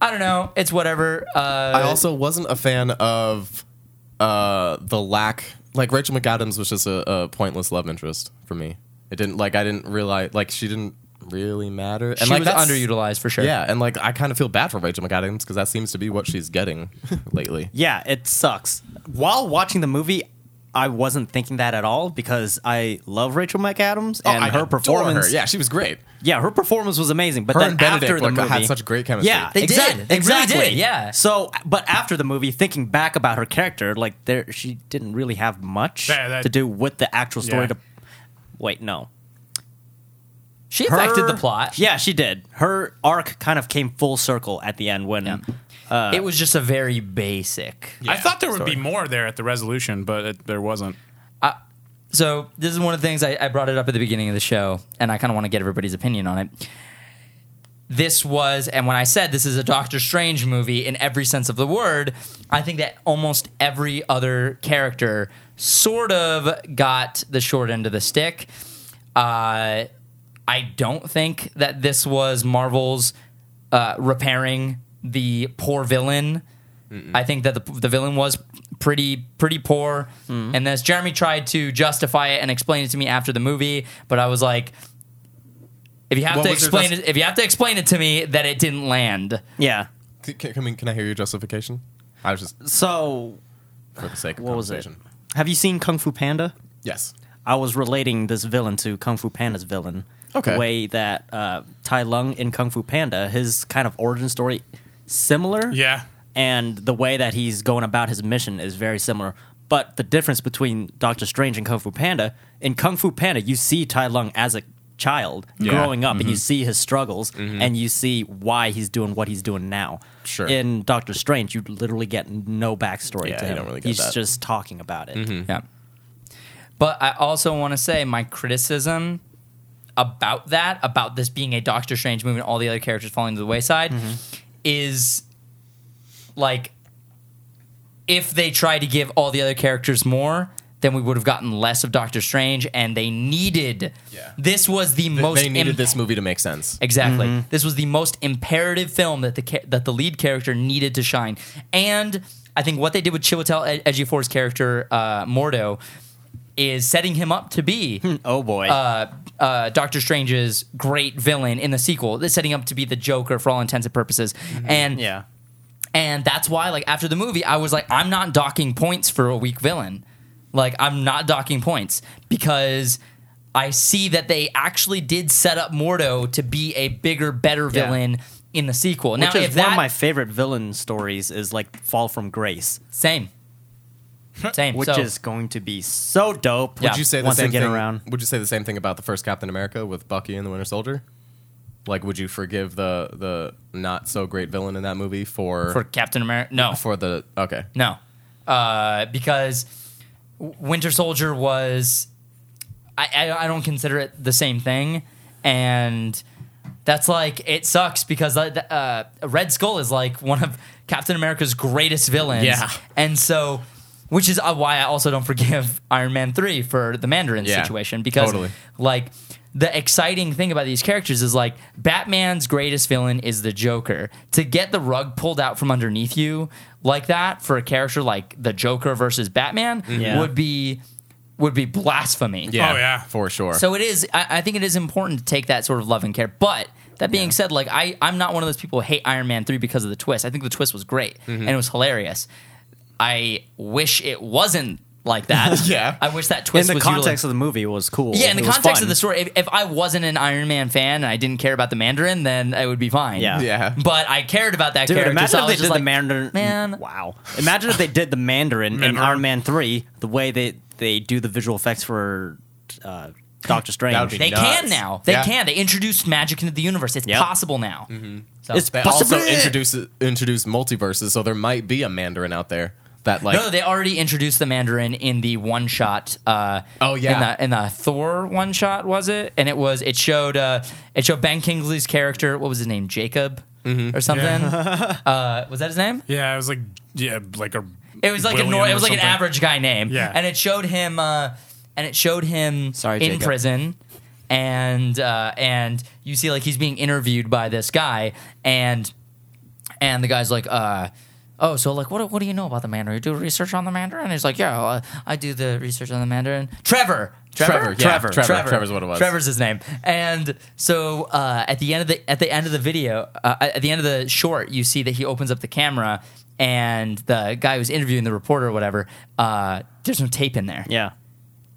A: i don't know it's whatever uh
E: I also wasn't a fan of uh, the lack. Like Rachel McAdams was just a, a pointless love interest for me. It didn't like I didn't realize like she didn't really matter. And
A: she
E: like
A: was
E: that's-
A: underutilized for sure
E: Yeah, and like I kind of feel bad for Rachel McAdams because that seems to be what she's getting lately.
D: Yeah, it sucks. While watching the movie, I wasn't thinking that at all because I love Rachel McAdams
E: Oh,
D: and
E: I
D: her
E: adore
D: performance.
E: her. Yeah, she was great.
D: Yeah, her performance was amazing. But
E: Her
D: then
E: and Benedict
D: after the
E: like,
D: movie,
E: had such great chemistry.
D: yeah,
A: They
D: it
A: did.
D: It
A: They
D: really
A: exactly,
D: did.
A: yeah.
D: So, but after the movie, thinking back about her character, like there, she didn't really have much
F: Yeah, that-
D: to do with the actual story.
F: Yeah.
D: To wait, no.
A: She affected
D: Her-
A: the plot.
D: Yeah, she did. Her arc kind of came full circle at the end when.
A: it was just a very basic.
F: I thought there would be more there at the resolution, but it, there wasn't.
A: So this is one of the things I, I brought it up at the beginning of the show, and I kind of want to get everybody's opinion on it. This was, and when I said this is a Doctor Strange movie in every sense of the word, I think that almost every other character sort of got the short end of the stick. Uh, I don't think that this was Marvel's uh, repairing the poor villain. I think that the, the villain was pretty pretty poor, and this Jeremy tried to justify it and explain it to me after the movie, but I was like, if you have
E: What
A: to
E: was your
A: explain
E: jus-
A: it, if you have to explain it to me that it didn't land,
D: Yeah.
E: C- Can, I mean, can I hear your justification? I was just
D: So,
E: for the sake of
D: what was it?
E: conversation.
D: Have you seen Kung Fu Panda?
E: Yes.
D: I was relating this villain to Kung Fu Panda's villain.
E: Okay.
D: The way that uh, Tai Lung in Kung Fu Panda, his kind of origin story, similar.
F: Yeah.
D: And the way that he's going about his mission is very similar. But the difference between Doctor Strange and Kung Fu Panda, in Kung Fu Panda, you see Tai Lung as a child
E: Yeah. Mm-hmm.
D: growing up and you see his struggles and you see why he's doing what he's doing now.
E: Sure.
D: In Doctor Strange, you literally get no backstory
E: Yeah,
D: to
E: you
D: him.
E: don't really get
D: he's
E: that. Mm-hmm.
D: just talking about it.
E: Hmm.
A: yeah. But I also want to say my criticism about that, about this being a Doctor Strange movie and all the other characters falling to the wayside,
E: Mm-hmm.
A: is like if they tried to give all the other characters more, then we would have gotten less of Doctor Strange, and they needed.
E: Yeah.
A: This was the
E: Th-
A: most
E: they needed
A: imp-
E: this movie to make sense.
A: Exactly. This was the most imperative film that the ca- that the lead character needed to shine, and I think what they did with Chiwetel Ed- Ejiofor's character uh, Mordo is setting him up to be
D: Oh boy.
A: uh, uh, Doctor Strange's great villain in the sequel. They're setting up to be the Joker for all intents and purposes, and
D: yeah.
A: and that's why like after the movie I was like I'm not docking points for a weak villain. Like I'm not docking points because I see that they actually did set up Mordo to be a bigger better
D: Yeah.
A: villain in the sequel. now
D: Which is
A: if
D: one
A: that
D: of my favorite villain stories is like Fall from Grace,
A: same same
D: which
A: so,
D: is going to be so dope.
A: Yeah.
E: Would you say the
D: once
E: same
D: they get
E: thing?
D: around?
E: Would you say the same thing about the first Captain America with Bucky and the Winter Soldier? Like, would you forgive the the not so great villain in that movie for
A: for Captain America. No.
E: for the okay?
A: No, uh, because W- Winter Soldier was I, I I don't consider it the same thing, and that's like it sucks because uh, th- uh, Red Skull is like one of Captain America's greatest villains.
E: Yeah.
A: and so. Which is uh, why I also don't forgive Iron Man 3 for the Mandarin
E: Yeah,
A: situation because,
E: totally.
A: like, the exciting thing about these characters is like Batman's greatest villain is the Joker. To get the rug pulled out from underneath you like that for a character like the Joker versus Batman
D: Mm-hmm. Yeah.
A: would be would be blasphemy.
F: Oh, yeah.
E: for sure.
A: So it is. I, I think it is important to take that sort of love and care. But that being said, like I, I'm not one of those people who hate Iron Man three because of the twist. I think the twist was great
D: Mm-hmm.
A: and it was hilarious. I wish it wasn't like that.
E: Yeah.
A: I wish that
D: In
A: twist
D: the
A: was
D: context
A: utilized-
D: of the movie, it was cool.
A: yeah, in
D: It
A: the
D: was
A: context
D: fun.
A: of the story, if, if I wasn't an Iron Man fan and I didn't care about the Mandarin, then it would be fine.
D: Yeah.
E: Yeah.
A: But I cared about that
D: Dude,
A: character. so
D: imagine
A: I
D: if
A: was
D: they
A: just
D: did
A: like,
D: the Mandarin.
A: man.
D: wow! Imagine if they did the Mandarin in
F: Mandarin.
D: Iron Man Three, the way they they do the visual effects for uh, Doctor Strange.
E: be
A: They
E: nuts.
A: can now. They
E: Yeah. Mm-hmm.
A: can. They introduced magic into the universe. It's
D: Yep.
A: possible now. So.
D: It's
E: they
D: possible.
E: also introduce introduce multiverses, so there might be a Mandarin out there that like
A: no, they already introduced the Mandarin in the one shot. Uh,
E: Oh, yeah.
A: in the in the Thor one shot was it? And it was it showed uh, it showed Ben Kingsley's character. What was his name? Jacob
E: Mm-hmm.
A: or something? uh, was that his name?
F: Yeah, it was like yeah, like a.
A: It was like a nor-
F: William
A: it
F: or
A: was like an
F: something.
A: average guy name.
F: Yeah.
A: and it showed him. Uh, and it showed him
E: Sorry,
A: in
E: Jacob.
A: prison. And uh, and you see like he's being interviewed by this guy, and and the guy's like, uh, oh, so like, what, what do you know about the Mandarin? You do research on the Mandarin? And he's like, yeah, well, I do the research on the Mandarin. Trevor.
E: Trevor, yeah,
A: Trevor,
E: Trevor. Trevor's what it was.
A: Trevor's his name. And so uh, at the end of the at the end of the video, uh, at the end of the short, you see that he opens up the camera and the guy who's interviewing the reporter or whatever, uh, there's no tape in there.
D: Yeah.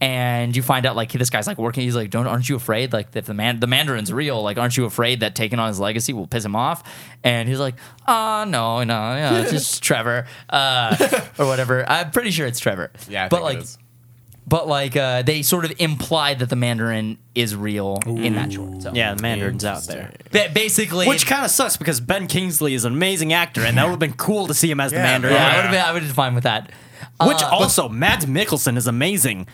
A: And you find out like this guy's like working. He's like, "Don't aren't you afraid? Like if the man the Mandarin's real, like aren't you afraid that taking on his legacy will piss him off?" And he's like, "Ah, no, no, no, it's just Trevor uh, or whatever. I'm pretty sure it's Trevor."
E: Yeah, I
A: but
E: think
A: like
E: it is.
A: but like uh, they sort of imply that the Mandarin is real in that short. So
D: Yeah, the Mandarin's out there.
A: Ba- basically,
D: Which kind of sucks because Ben Kingsley is an amazing actor, and that would have been cool to see him as the
F: Yeah,
D: Mandarin.
A: yeah, I would have been I would have been fine with that.
D: Which also, Mads Mikkelsen is amazing.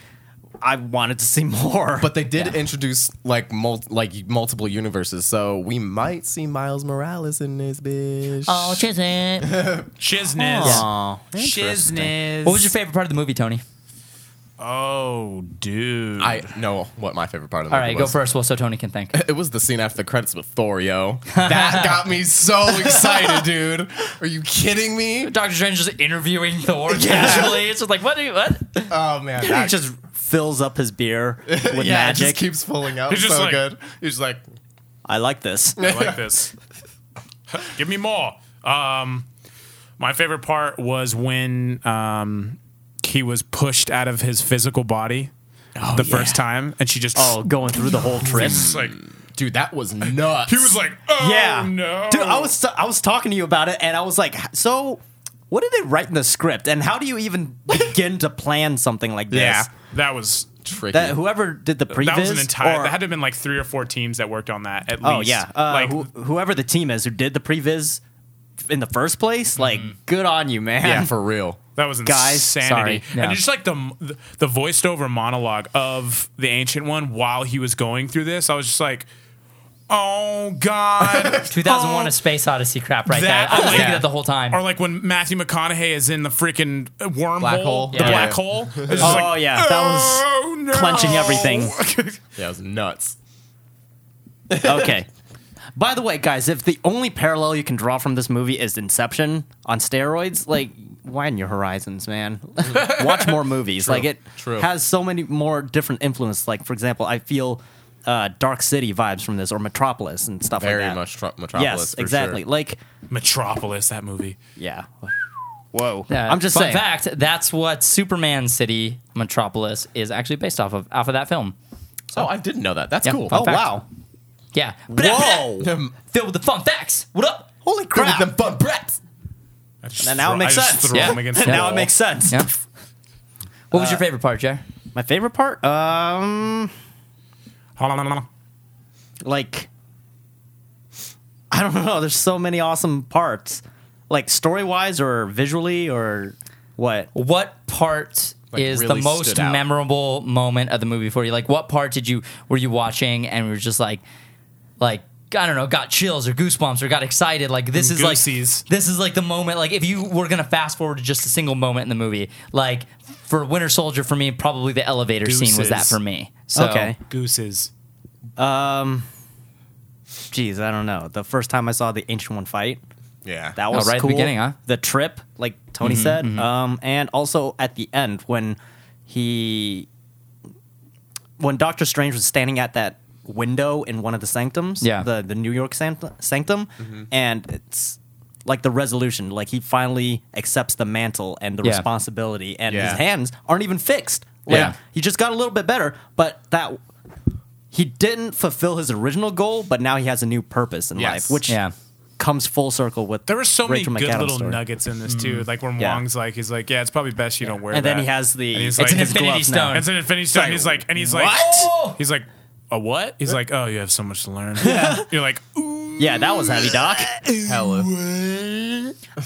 D: I wanted to see more.
E: But they did introduce like mul- like multiple universes, so we might see Miles Morales in this bitch.
A: Oh, cheers, man.
F: Shizness.
D: Aw, interesting.
A: What was your favorite part of the movie, Tony?
F: Oh, dude.
E: I know what my favorite part of the
A: All
E: movie
A: right, go
E: was.
A: first. Well, so Tony can think.
E: It was the scene after the credits with Thor, yo. That got me so excited, dude. Are you kidding me?
A: Doctor Strange just interviewing Thor casually. It's just like, what? Are you, what?
E: Oh man,
D: He
E: that
D: just fills up his beer with
E: yeah, it
D: magic.
E: just keeps pulling out.
F: He's just
E: so
F: like-
E: good. He's just like,
D: I like this.
F: I like this. Give me more. Um, my favorite part was when um, he was pushed out of his physical body
A: Oh,
F: the first time, and she just
D: Oh, going through the whole trip.
F: It's like
E: dude, that was nuts.
F: he was like, oh
D: yeah,
F: no,
D: dude. I was I was talking to you about it, and I was like, so. What did they write in the script, and how do you even begin to plan something like this?
F: yeah. That was
E: tricky.
D: That whoever did the previs,
F: that was an entire.
D: or-
F: that had to have been like three or four teams that worked on that at
D: oh
F: least.
D: yeah, uh,
F: like
D: who- whoever the team is who did the previs in the first place, like
F: Mm-hmm.
D: good on you, man.
E: yeah, for real.
F: That was insanity.
D: Guys, sorry.
A: Yeah.
F: And just like the the voiced over monologue of the ancient one while he was going through this, I was just like, "Oh God!"
A: 2001:
F: Oh.
A: A Space Odyssey crap, right
F: That-
A: there. I was thinking
F: Yeah.
A: that the whole time.
F: Or like when Matthew McConaughey is in the freaking wormhole,
E: Black hole.
F: the
A: Yeah.
F: black
E: Yeah.
F: hole. It's just
D: oh
F: like,
D: yeah, that was
F: "Oh, no."
D: clenching everything.
E: Yeah, it was nuts.
D: okay. By the way, guys, if the only parallel you can draw from this movie is Inception on steroids, like widen your horizons, man. Watch more movies. Like it
E: true.
D: has so many more different influences. Like for example, I feel uh, Dark City vibes from this, or Metropolis and stuff
E: Very
D: like that.
E: much tro- Metropolis.
D: Yes,
E: for
D: exactly.
E: Sure.
D: Like
F: Metropolis, that movie.
D: yeah. Whoa.
A: Yeah,
D: I'm just
A: fun
D: saying.
A: fact, that's what Superman City Metropolis is actually based off of, off of that film.
E: Oh, I didn't know that. That's
A: Yeah,
E: cool.
A: fun
D: Oh
A: fact.
D: wow.
A: Yeah.
D: Whoa.
E: Um,
A: Filled with the fun facts. What up?
D: Holy
E: Crap.
D: crap.
E: The bump rats.
F: I just
D: And now it
F: throw-
D: makes
F: I just
D: sense.
F: throw
A: Yeah.
F: him against the
D: now
F: wall.
D: it makes sense.
A: Yeah. What was your favorite part, Jer?
D: My favorite part, Uh, um,
F: Hold on, hold on, hold on.
D: like I don't know. There's so many awesome parts, like story wise or visually or what.
A: What part
E: Like,
A: is
E: really
A: the
E: stood
A: most
E: out.
A: memorable moment of the movie for you? Like, what part did you were you watching and were just like, like I don't know, got chills or goosebumps or got excited? Like this is
F: Goosies.
A: like this is like the moment. Like if you were gonna fast forward to just a single moment in the movie, like for Winter Soldier for me, probably the elevator scene was
F: Deuces.
A: that for me. So,
D: Okay.
F: Gooses.
D: Um, geez, I don't know. The first time I saw the ancient one fight,
E: Yeah.
D: that was
A: Oh, right at the
D: cool.
A: beginning, huh? Mm-hmm,
D: The trip, like Tony said, um, and also at the end when he, when Doctor Strange was standing at that window in one of the sanctums,
A: Yeah.
D: the the New York sanctum, sanctum
E: Mm-hmm.
D: and it's like the resolution, like he finally accepts the mantle and the
A: Yeah.
D: responsibility, and
E: Yeah.
D: his hands aren't even fixed. Like,
A: Yeah.
D: he just got a little bit better, but that he didn't fulfill his original goal, but now he has a new purpose in
E: Yes.
D: life, which
A: Yeah.
D: comes full circle with
F: There were so many
D: Rachel
F: good
D: McAdams'
F: little
D: story.
F: nuggets in this too. Like where
D: Yeah.
F: Wong's like, he's like, Mm-hmm. yeah, it's probably best you don't wear
D: And
F: that.
D: then he has the
F: And he's
D: it's
F: like-
D: an
F: It's
A: an
D: infinity
A: Infinity Stone.
D: stone.
F: It's an Infinity Stone. he's like, and he's like,
A: "What?"
F: He's like, a what? He's like, oh, you have so much to learn. You're like, ooh.
D: Yeah, that was heavy, Doc.
E: Hella.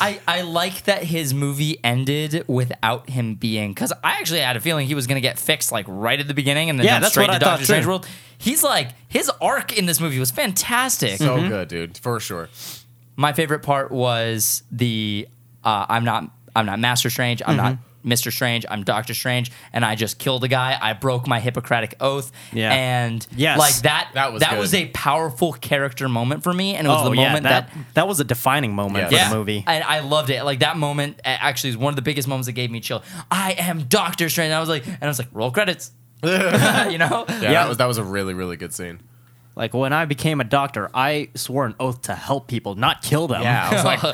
A: I, I like that his movie ended without him being because I actually had a feeling he was going to get fixed like right at the beginning and then
D: Yeah,
A: jump
D: that's
A: straight
D: what
A: to
D: I thought,
A: Doctor
D: too.
A: Strange World. He's like his arc in this movie was fantastic.
D: Mm-hmm.
E: So good, dude. For sure.
A: My favorite part was the uh, I'm not I'm not Master Strange. I'm
D: Mm-hmm.
A: not Mister Strange. I'm Doctor Strange, and I just killed a guy. I broke my Hippocratic oath.
D: Yeah.
A: and
D: Yes.
A: like that
E: That was good.
A: was a powerful character moment for me, and it was
D: Oh,
A: the
D: yeah,
A: moment
D: that,
A: that
D: that was a defining moment
E: Yeah.
D: for the movie.
A: And I loved it. Like that moment uh, actually is one of the biggest moments that gave me chill. I am Doctor Strange. And I was like, and I was like, roll credits. you know?
E: Yeah, That, was, that was a really, really good scene.
D: Like when I became a doctor, I swore an oath to help people, not kill them.
E: Yeah. I was like,
A: oh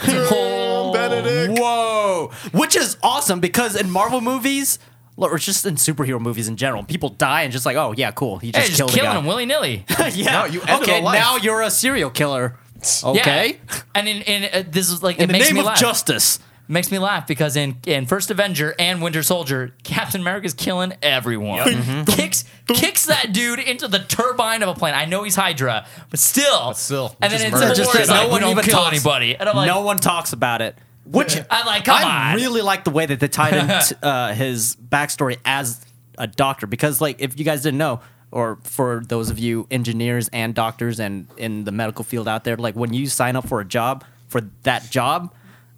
E: Tom Benedict.
D: Whoa! Which is awesome because in Marvel movies, or just in superhero movies in general, people die and just like, oh yeah, cool. He
A: Hey,
D: just
A: just
D: killed a
A: killing
D: guy.
A: him willy nilly.
D: yeah.
E: No, you ended
D: okay,
E: a life.
D: now you're a serial killer. Okay.
A: And in, in uh, this is like it
D: In the
A: makes
D: name
A: me
D: of
A: laugh.
D: justice.
A: makes me laugh because in in First Avenger and Winter Soldier, Captain America's killing everyone.
D: Mm-hmm.
A: Kicks kicks that dude into the turbine of a plane. I know he's Hydra, but still,
E: still,
A: And
E: just
A: then in
E: murder.
A: Civil
E: Just
A: War, it's like,
D: that no
A: we
D: one
A: don't
D: even
A: kill
D: talks.
A: anybody, and I'm like,
D: no one talks about it. Which
A: I'm like, come
D: I
A: on.
D: really like the way that they tied in t- uh, his backstory as a doctor because, like, if you guys didn't know, or for those of you engineers and doctors and in the medical field out there, like when you sign up for a job for that job,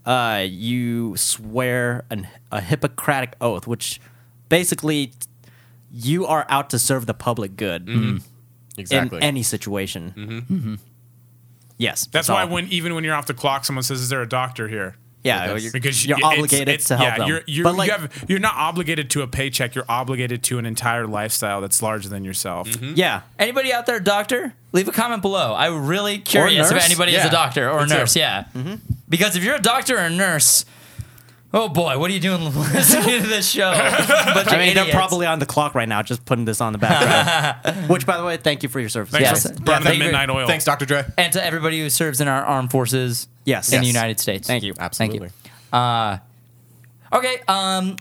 D: uh, you swear an, a Hippocratic oath, which basically you are out to serve the public good
F: Mm-hmm.
E: Exactly.
D: in any situation. Mm-hmm. Yes,
F: That's
D: all.
F: why when even when you're off the clock, someone says, "Is there a doctor here?"
D: yeah,
E: Yes.
D: you're,
F: Because
D: you're
F: you- it's-
D: obligated
F: it's-
D: to help
F: yeah,
D: them.
F: You're, you're,
D: but like,
F: you have, you're not obligated to a paycheck. You're obligated to an entire lifestyle that's larger than yourself.
D: yeah,
A: Hmm? Anybody out there, doctor? Leave a comment below. I'm really curious if
D: nurse?
A: anybody is
E: Yeah.
A: a doctor or a
E: Me too.
A: nurse. Yeah,
D: Mm-hmm.
A: because if you're a doctor or a nurse, oh boy, what are you doing listening to this show? Bunch
D: I mean, they're
A: idiots.
D: probably on the clock right now, just putting this on the background. Which, by the way, thank you for your service.
F: Thanks
A: Yes.
F: for
A: Yeah,
F: burning
A: thank
F: the
A: you.
F: midnight oil.
E: Thanks, Dr. Dre.
A: and to everybody who serves in our armed forces.
D: Yes.
A: in the
D: Yes.
A: United States.
D: Thank you.
E: Absolutely.
A: Okay. Um,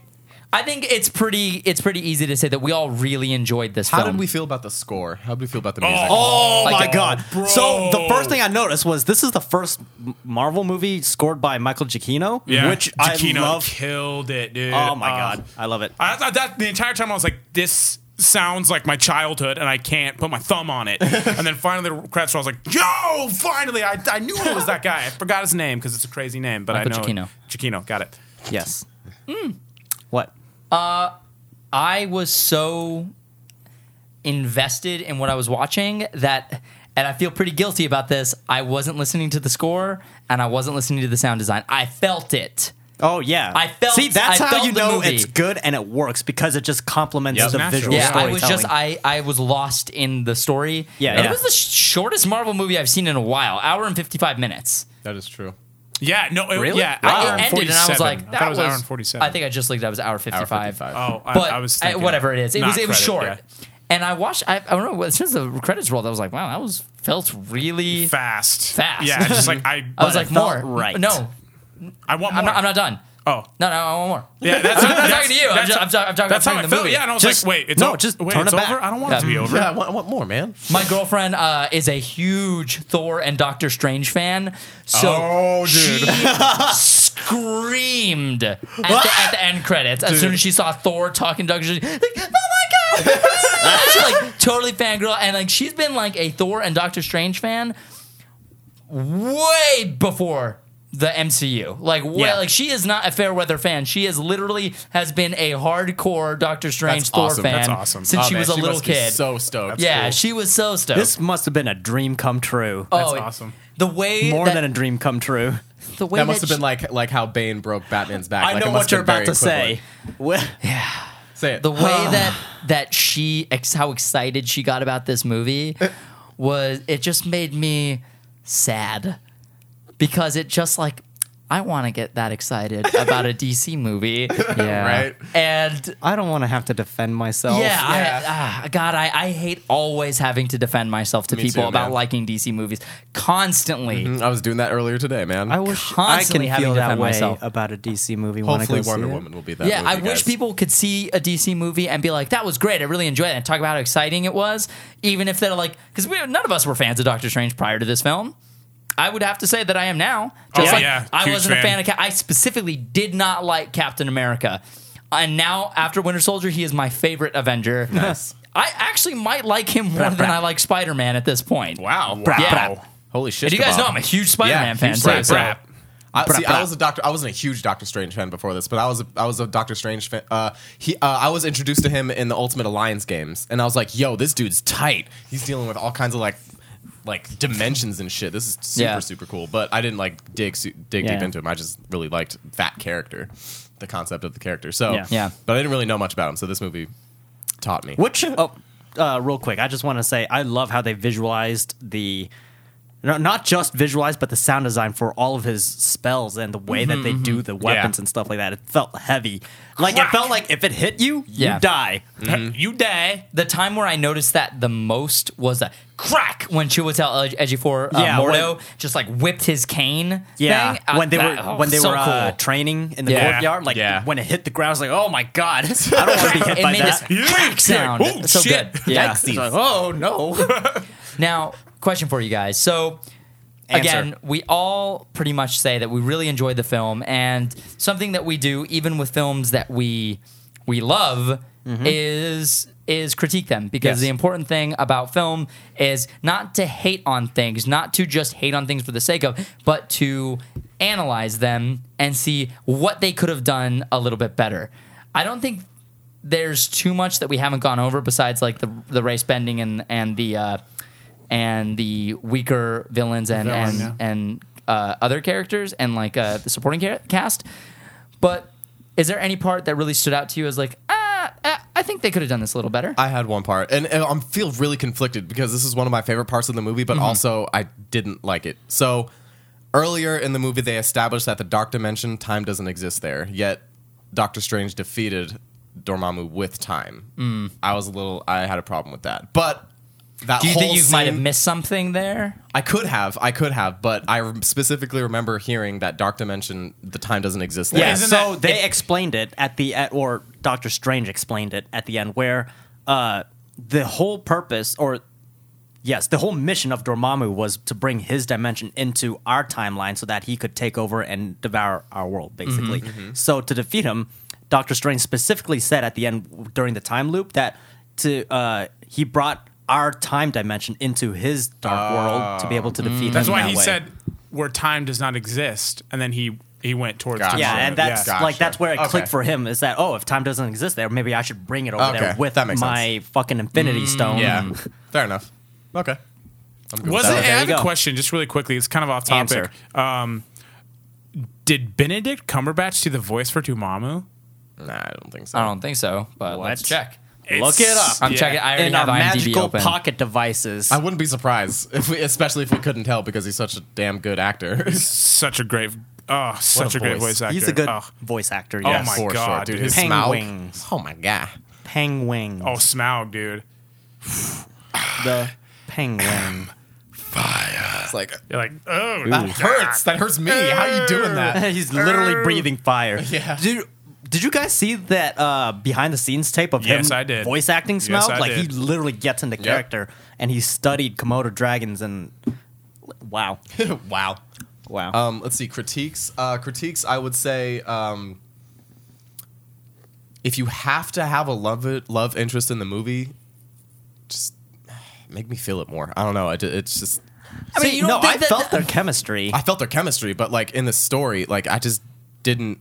A: I think it's pretty. It's pretty easy to say that we all really enjoyed this.
E: How
A: film.
E: did we feel about the score? How did we feel about the music?
D: Oh my
A: oh,
D: god!
F: bro.
D: So the first thing I noticed was this is the first M- Marvel movie scored by Michael Giacchino,
F: Yeah.
D: which
F: Giacchino
D: I love.
F: killed it, dude.
D: Oh my
F: Uh,
D: god, I love it.
F: I thought that the entire time I was like, this sounds like my childhood, and I can't put my thumb on it. and then finally, the credits roll, I was like, yo, finally, I, I knew it was that guy. I forgot his name because it's a crazy name, but
A: Michael
F: I know
A: Giacchino.
F: Giacchino, got it.
D: Yes.
A: Hmm.
D: What?
A: I was so invested in what I was watching that, and I feel pretty guilty about this. I wasn't listening to the score and I wasn't listening to the sound design. I felt it.
D: Oh yeah,
A: I felt-
D: See, that's
A: I
D: how
A: felt
D: you
A: the
D: know
A: movie.
D: it's good and it works because it just complements
E: Yep.
D: the
F: Natural.
D: visual
A: Yeah, I
D: storytelling.
A: was just I I was lost in the story.
D: Yeah,
A: And
D: yeah.
A: it was the sh- shortest Marvel movie I've seen in a while, hour and fifty five minutes.
E: That is true.
F: Yeah, no, it,
D: Really?
F: yeah,
D: Wow.
F: hour
A: it
F: and
A: ended, and I was
F: 47.
A: like,
F: I
A: that
F: thought it was,
A: was
F: hour and forty-seven.
A: I think I just looked. That was hour fifty
E: Hour
A: five.
E: 55.
F: Oh, I,
A: but
F: I was
A: I-
F: thinking,
A: whatever it is, it
F: not
A: was it was
F: credit,
A: short.
F: yeah.
A: And I watched. I, I don't know. As soon as the credits rolled, I was like, wow, that was felt really.
F: fast,
A: Fast.
F: Yeah, just like I,
A: I was
D: it
A: like, more
D: felt right.
A: No,
F: I want more.
A: I'm not, I'm not done.
F: oh,
A: No, no, I want more.
F: yeah, that's
A: I'm not talking to you. I'm,
F: that's-
A: just, I'm, talking- I'm talking
F: That's
A: about
F: how I
A: the
F: felt.
A: movie.
F: Yeah, and I was
D: Just-
F: like, wait, it's
D: no,
F: o-
D: just
F: wait,
D: turn
F: it's
D: it back.
F: over. I don't want it to
A: Yeah.
F: be over.
E: Yeah, I want, I want more, man.
A: My girlfriend uh, is a huge Thor and Doctor Strange fan, so
F: Oh, dude.
A: she screamed at the, at the end credits as soon as she saw Thor talking to Doctor Strange. Like, oh my god! And she like totally fangirl, and like she's been like a Thor and Doctor Strange fan way before the MCU. Like, way,
D: Yeah.
A: like she is not a fair weather fan. She is literally has been a hardcore Doctor Strange
E: That's
A: Thor
E: awesome.
A: fan
F: That's awesome.
A: since
E: Oh,
A: she
E: man,
A: was a little
E: must be
A: kid.
E: So stoked.
A: yeah, she was so stoked.
D: This must have been a dream come true.
A: Oh,
F: That's awesome.
A: The way
D: More
A: that,
D: than a dream come true.
A: the way
E: That must have
A: she-
E: been like like how Bane broke Batman's back.
D: I
E: Like,
D: know
E: it
D: what
E: must
D: you're
E: have been very
D: about to say.
E: equivalent.
D: Well-
E: Say it.
A: the way that that she ex- how excited she got about this movie was it just made me sad because it just like I want to get that excited about a DC movie. Yeah.
E: Right.
A: And
D: I don't want to have to defend myself.
A: yeah, I, ah, God, I, I hate always having to defend myself to
E: Me
A: people
E: too,
A: about
E: man.
A: liking DC movies constantly.
E: I was doing that earlier today, man.
D: I wish I can
A: Constantly having
D: feel
A: to
D: that
A: defend
D: way
A: myself.
D: about a DC movie. when I
E: Hopefully,
D: go see
E: Wonder
D: it.
E: Woman will be that.
A: yeah, I
E: movie,
A: wish
E: guys.
A: people could see a DC movie and be like, "That was great. I really enjoyed it." And talk about how exciting it was, even if they're like, because none of us were fans of Doctor Strange prior to this film. I would have to say that I am now. Just
F: Oh,
A: like
F: yeah.
A: I
F: Huge
A: wasn't a
F: fan.
A: fan of. Cap- I specifically did not like Captain America, and now after Winter Soldier, he is my favorite Avenger. Nice. I actually might like him more than I like Spider Man at this point.
F: Wow.
A: Yeah.
F: Wow.
E: Holy shit!
A: And you guys know
E: kebab.
A: I'm a huge Spider Man
E: Yeah,
A: fan.
E: huge
A: too,
E: Spider-Man
A: so-
E: fan.
F: Brap.
E: I, see,
D: brap.
E: I was a doctor. I wasn't a huge Doctor Strange fan before this, but I was a, I was a Doctor Strange fan. Uh, he, uh, I was introduced to him in the Ultimate Alliance games, and I was like, "Yo, this dude's tight. He's dealing with all kinds of like, like dimensions and shit. This is super
A: Yeah.
E: super cool." But I didn't like dig su- dig
D: Yeah.
E: deep into him. I just really liked that character, the concept of the character. So
D: Yeah.
A: Yeah.
E: but I didn't really know much about him. So this movie taught me.
D: Which, oh, uh, real quick, I just want to say I love how they visualized the no- not just visualized, but the sound design for all of his spells and the way that they do the weapons and stuff like that. It felt heavy. Like it
F: Crack.
D: felt like if it hit you,
A: Yeah.
D: you die.
F: You die.
A: The time where I noticed that the most was a crack when Chiwetel Ejiofor uh,
D: Yeah,
A: Mordo just like whipped his cane.
D: Yeah,
A: thing. Uh,
D: when they
A: that-
D: were
A: oh,
D: when they
A: so
D: were uh,
A: cool.
D: training in the
A: Yeah.
D: courtyard, like
E: Yeah.
D: when it hit the ground, I was like, "Oh my god, I don't want to be hit
A: it
D: by
A: made
D: that."
A: this crack sound.
F: Oh,
A: so
F: shit.
A: good.
D: Yeah,
A: Yikes.
D: It's like, oh no.
A: Now, question for you guys. So, again,
D: Answer.
A: we all pretty much say that we really enjoyed the film, and something that we do, even with films that we we love, is is critique them because
D: Mm-hmm. Yes.
A: the important thing about film is not to hate on things, not to just hate on things for the sake of, but to analyze them and see what they could have done a little bit better. I don't think there's too much that we haven't gone over besides like the the race bending and and the uh, and the weaker villains and and and uh, other characters and like uh, the supporting ca- cast. But is there any part that really stood out to you as like ah, ah, I think they could have done this a little better?
E: I had one part, and, and I feel really conflicted because this is one of my favorite parts of the movie, but
A: Mm-hmm.
E: also I didn't like it. So earlier in the movie, they established that the dark dimension time doesn't exist there. Yet Doctor Strange defeated Dormammu with time. I was a little, I had a problem with that, but. That
A: Mm. Do you
E: whole
A: think you might have
E: scene-
A: missed something there?
E: I could have, I could have, but I rem- specifically remember hearing that dark dimension, the time doesn't exist. there.
D: Yeah,
F: Isn't
D: so
F: that-
D: they explained it at the at, or Doctor Strange explained it at the end where uh, the whole purpose or yes, the whole mission of Dormammu was to bring his dimension into our timeline so that he could take over and devour our world
F: Mm-hmm,
D: basically. So to defeat him, Doctor Strange specifically said at the end during the time loop that to uh, he brought our time dimension into his dark world to be able to defeat him.
F: Ah. That's why
D: that
F: he
D: way.
F: said where time does not exist, and then he he went towards.
E: Gotcha.
D: Yeah,
F: Tomorrow.
D: and that's
E: Gotcha.
D: like that's where it
E: Okay.
D: clicked for him is that oh, if time doesn't exist there, maybe I should bring it over
E: Okay,
D: there with
E: that makes
D: my fucking infinity
A: Mm,
D: stone.
E: Yeah, fair enough. Okay. I'm good
F: Was
E: with
F: it?
E: that.
F: I
D: there you
F: have a
D: go.
F: question, just really quickly. It's kind of off topic. Um, did Benedict Cumberbatch do the voice for Dormammu?
E: Nah, I don't think so.
A: I don't think so, but let's
D: What?
A: check.
D: Look it up.
A: I'm
F: Yeah.
A: checking. I already
D: In our
A: have IMDb
D: magical
A: open.
D: pocket devices.
E: I wouldn't be surprised, if we, especially if we couldn't tell because he's such a damn good actor.
F: Such a great, oh, such a, great voice actor.
D: He's a good
F: Oh,
D: voice actor.
F: Oh
D: Yes.
F: my
E: For
F: God,
E: dude.
F: dude.
E: His
D: Penguin.
E: mouth. Oh my god.
D: penguin.
F: oh Smaug, dude.
D: the penguin.
E: It's like
F: You're like, oh,
E: that hurts. That hurts me. How are you doing that?
D: He's literally breathing fire.
E: Yeah.
D: Dude, did you guys see that uh, behind the scenes tape of
F: Yes,
D: him
F: I did.
D: voice acting smell?
F: I
D: like
F: did.
D: he literally gets into character and he studied Komodo dragons and wow.
E: wow.
D: Wow.
E: Um, let's see critiques. Uh, critiques. I would say um, if you have to have a love it, love interest in the movie, just make me feel it more. I don't know. I ju- it's just
D: I mean,
A: See, you don't
D: no,
A: think
D: I
A: that-
D: felt their chemistry.
E: I felt their chemistry, but like in the story, like I just didn't.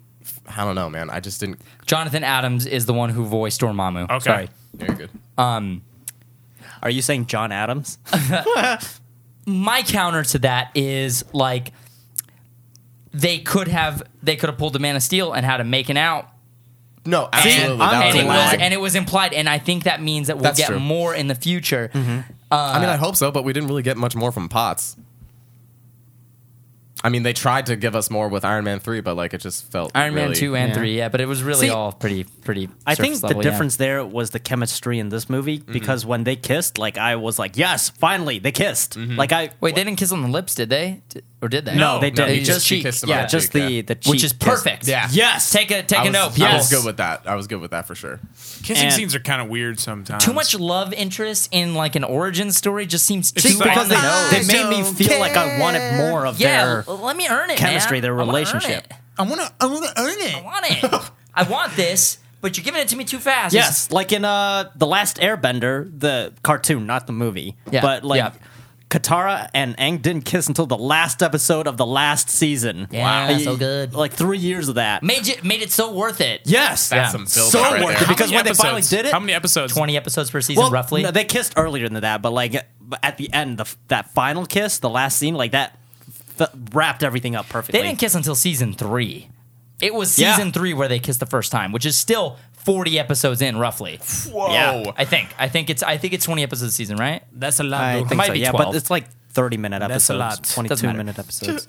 E: I don't know, man. I just didn't.
A: Jonathan Adams is the one who voiced Dormammu.
F: Okay.
A: Sorry.
E: Very good.
D: Are you saying John Adams?
A: my counter to that is like they could have they could have pulled the Man of Steel and had him making out,
E: No, absolutely.
A: and,
E: that
D: I'm
E: was
A: and
E: a
A: it was
E: lag.
A: and it was implied, and I think that means that we'll
E: That's
A: get
E: true.
A: more in the future.
E: I
A: Uh,
E: mean, I hope so, but we didn't really get much more from Potts. I mean, they tried to give us more with Iron Man three, but like it just felt
A: Iron Man
E: really-
A: two and three, yeah, but it was really
D: See,
A: all pretty pretty.
D: I
A: surface
D: think the
A: level, yeah.
D: difference there was the chemistry in this movie because when they kissed, like I was like, yes, finally they kissed. Like I
A: Wait, they didn't kiss on the lips, did they? D- Or did they?
D: no, they
E: no,
D: didn't.
E: he
D: just
E: just- she kissed him on
D: yeah,
E: the cheek,
D: just the
E: yeah.
D: the cheek
A: which is
D: kiss.
A: perfect.
E: Yeah.
A: Yes. Take a take
E: I
A: a
E: was,
A: note.
E: I
A: Yes.
E: was good with that. I was good with that for sure.
F: Kissing
D: And-
F: scenes are kind of weird sometimes.
A: Too much love interest in like an origin story just seems
F: It's
A: too
F: just like-
D: because they,
F: I
D: they made me
E: don't
D: feel like I wanted more of
A: yeah, Oh,
D: their.
A: l- let me earn it.
D: chemistry,
A: man.
D: their
A: I wanna earn
D: relationship.
A: it.
E: I wanna, I wanna earn
A: I want it. I want this, but you're giving it to me too fast.
D: Yes, like in uh the last Airbender, the cartoon, not the movie.
A: Yeah,
D: But like
A: yeah.
D: Katara and Aang didn't kiss until the last episode of the last season.
A: Yeah,
D: Wow.
A: so good.
D: Like three years of that.
A: made it made it so worth it.
D: Yes,
E: That's
A: Yeah.
E: some build
D: so
E: right
D: worth
E: there.
D: it because
F: How many
D: when they finally
F: episodes?
D: did it,
F: How many episodes?
A: Twenty episodes per season, roughly.
D: no, they kissed earlier than that, but like but at the end, the, f- that final kiss, the last scene, like that f- wrapped everything up perfectly.
A: They didn't kiss until season three. It was
D: Yeah.
A: season three where they kissed the first time, which is still forty episodes in, roughly.
E: Whoa.
D: Yeah.
A: I think. I think it's. I think it's twenty episodes a season, right?
F: That's a
D: I
F: lot.
D: think
A: might
D: so,
A: be
D: yeah,
A: 12.
D: but it's like 30 minute
G: That's a
D: episodes,
G: lot.
D: 22
A: matter.
D: minute episodes.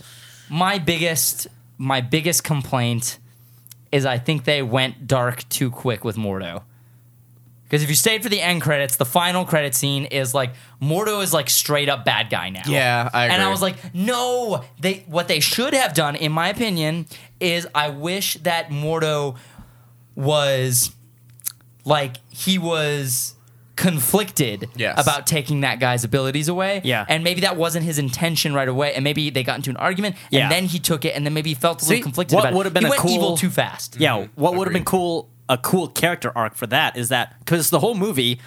A: my biggest my biggest complaint is I think they went dark too quick with Mordo. Because if you stayed for the end credits, the final credit scene is like Mordo is like straight up bad guy now.
E: Yeah, I
A: And I
E: agree.
A: was like, no, they what they should have done, in my opinion, is I wish that Mordo was like he was conflicted
E: Yes.
A: about taking that guy's abilities away.
D: Yeah.
A: And maybe that wasn't his intention right away. And maybe they got into an argument
D: Yeah.
A: and then he took it and then maybe he felt a little
D: See,
A: conflicted
D: what
A: about it.
D: would've been
A: he
D: a
A: went
D: cool-
A: evil too fast.
D: Yeah, what would have been
E: agreed.
D: cool a cool character arc for that is that because the whole movie,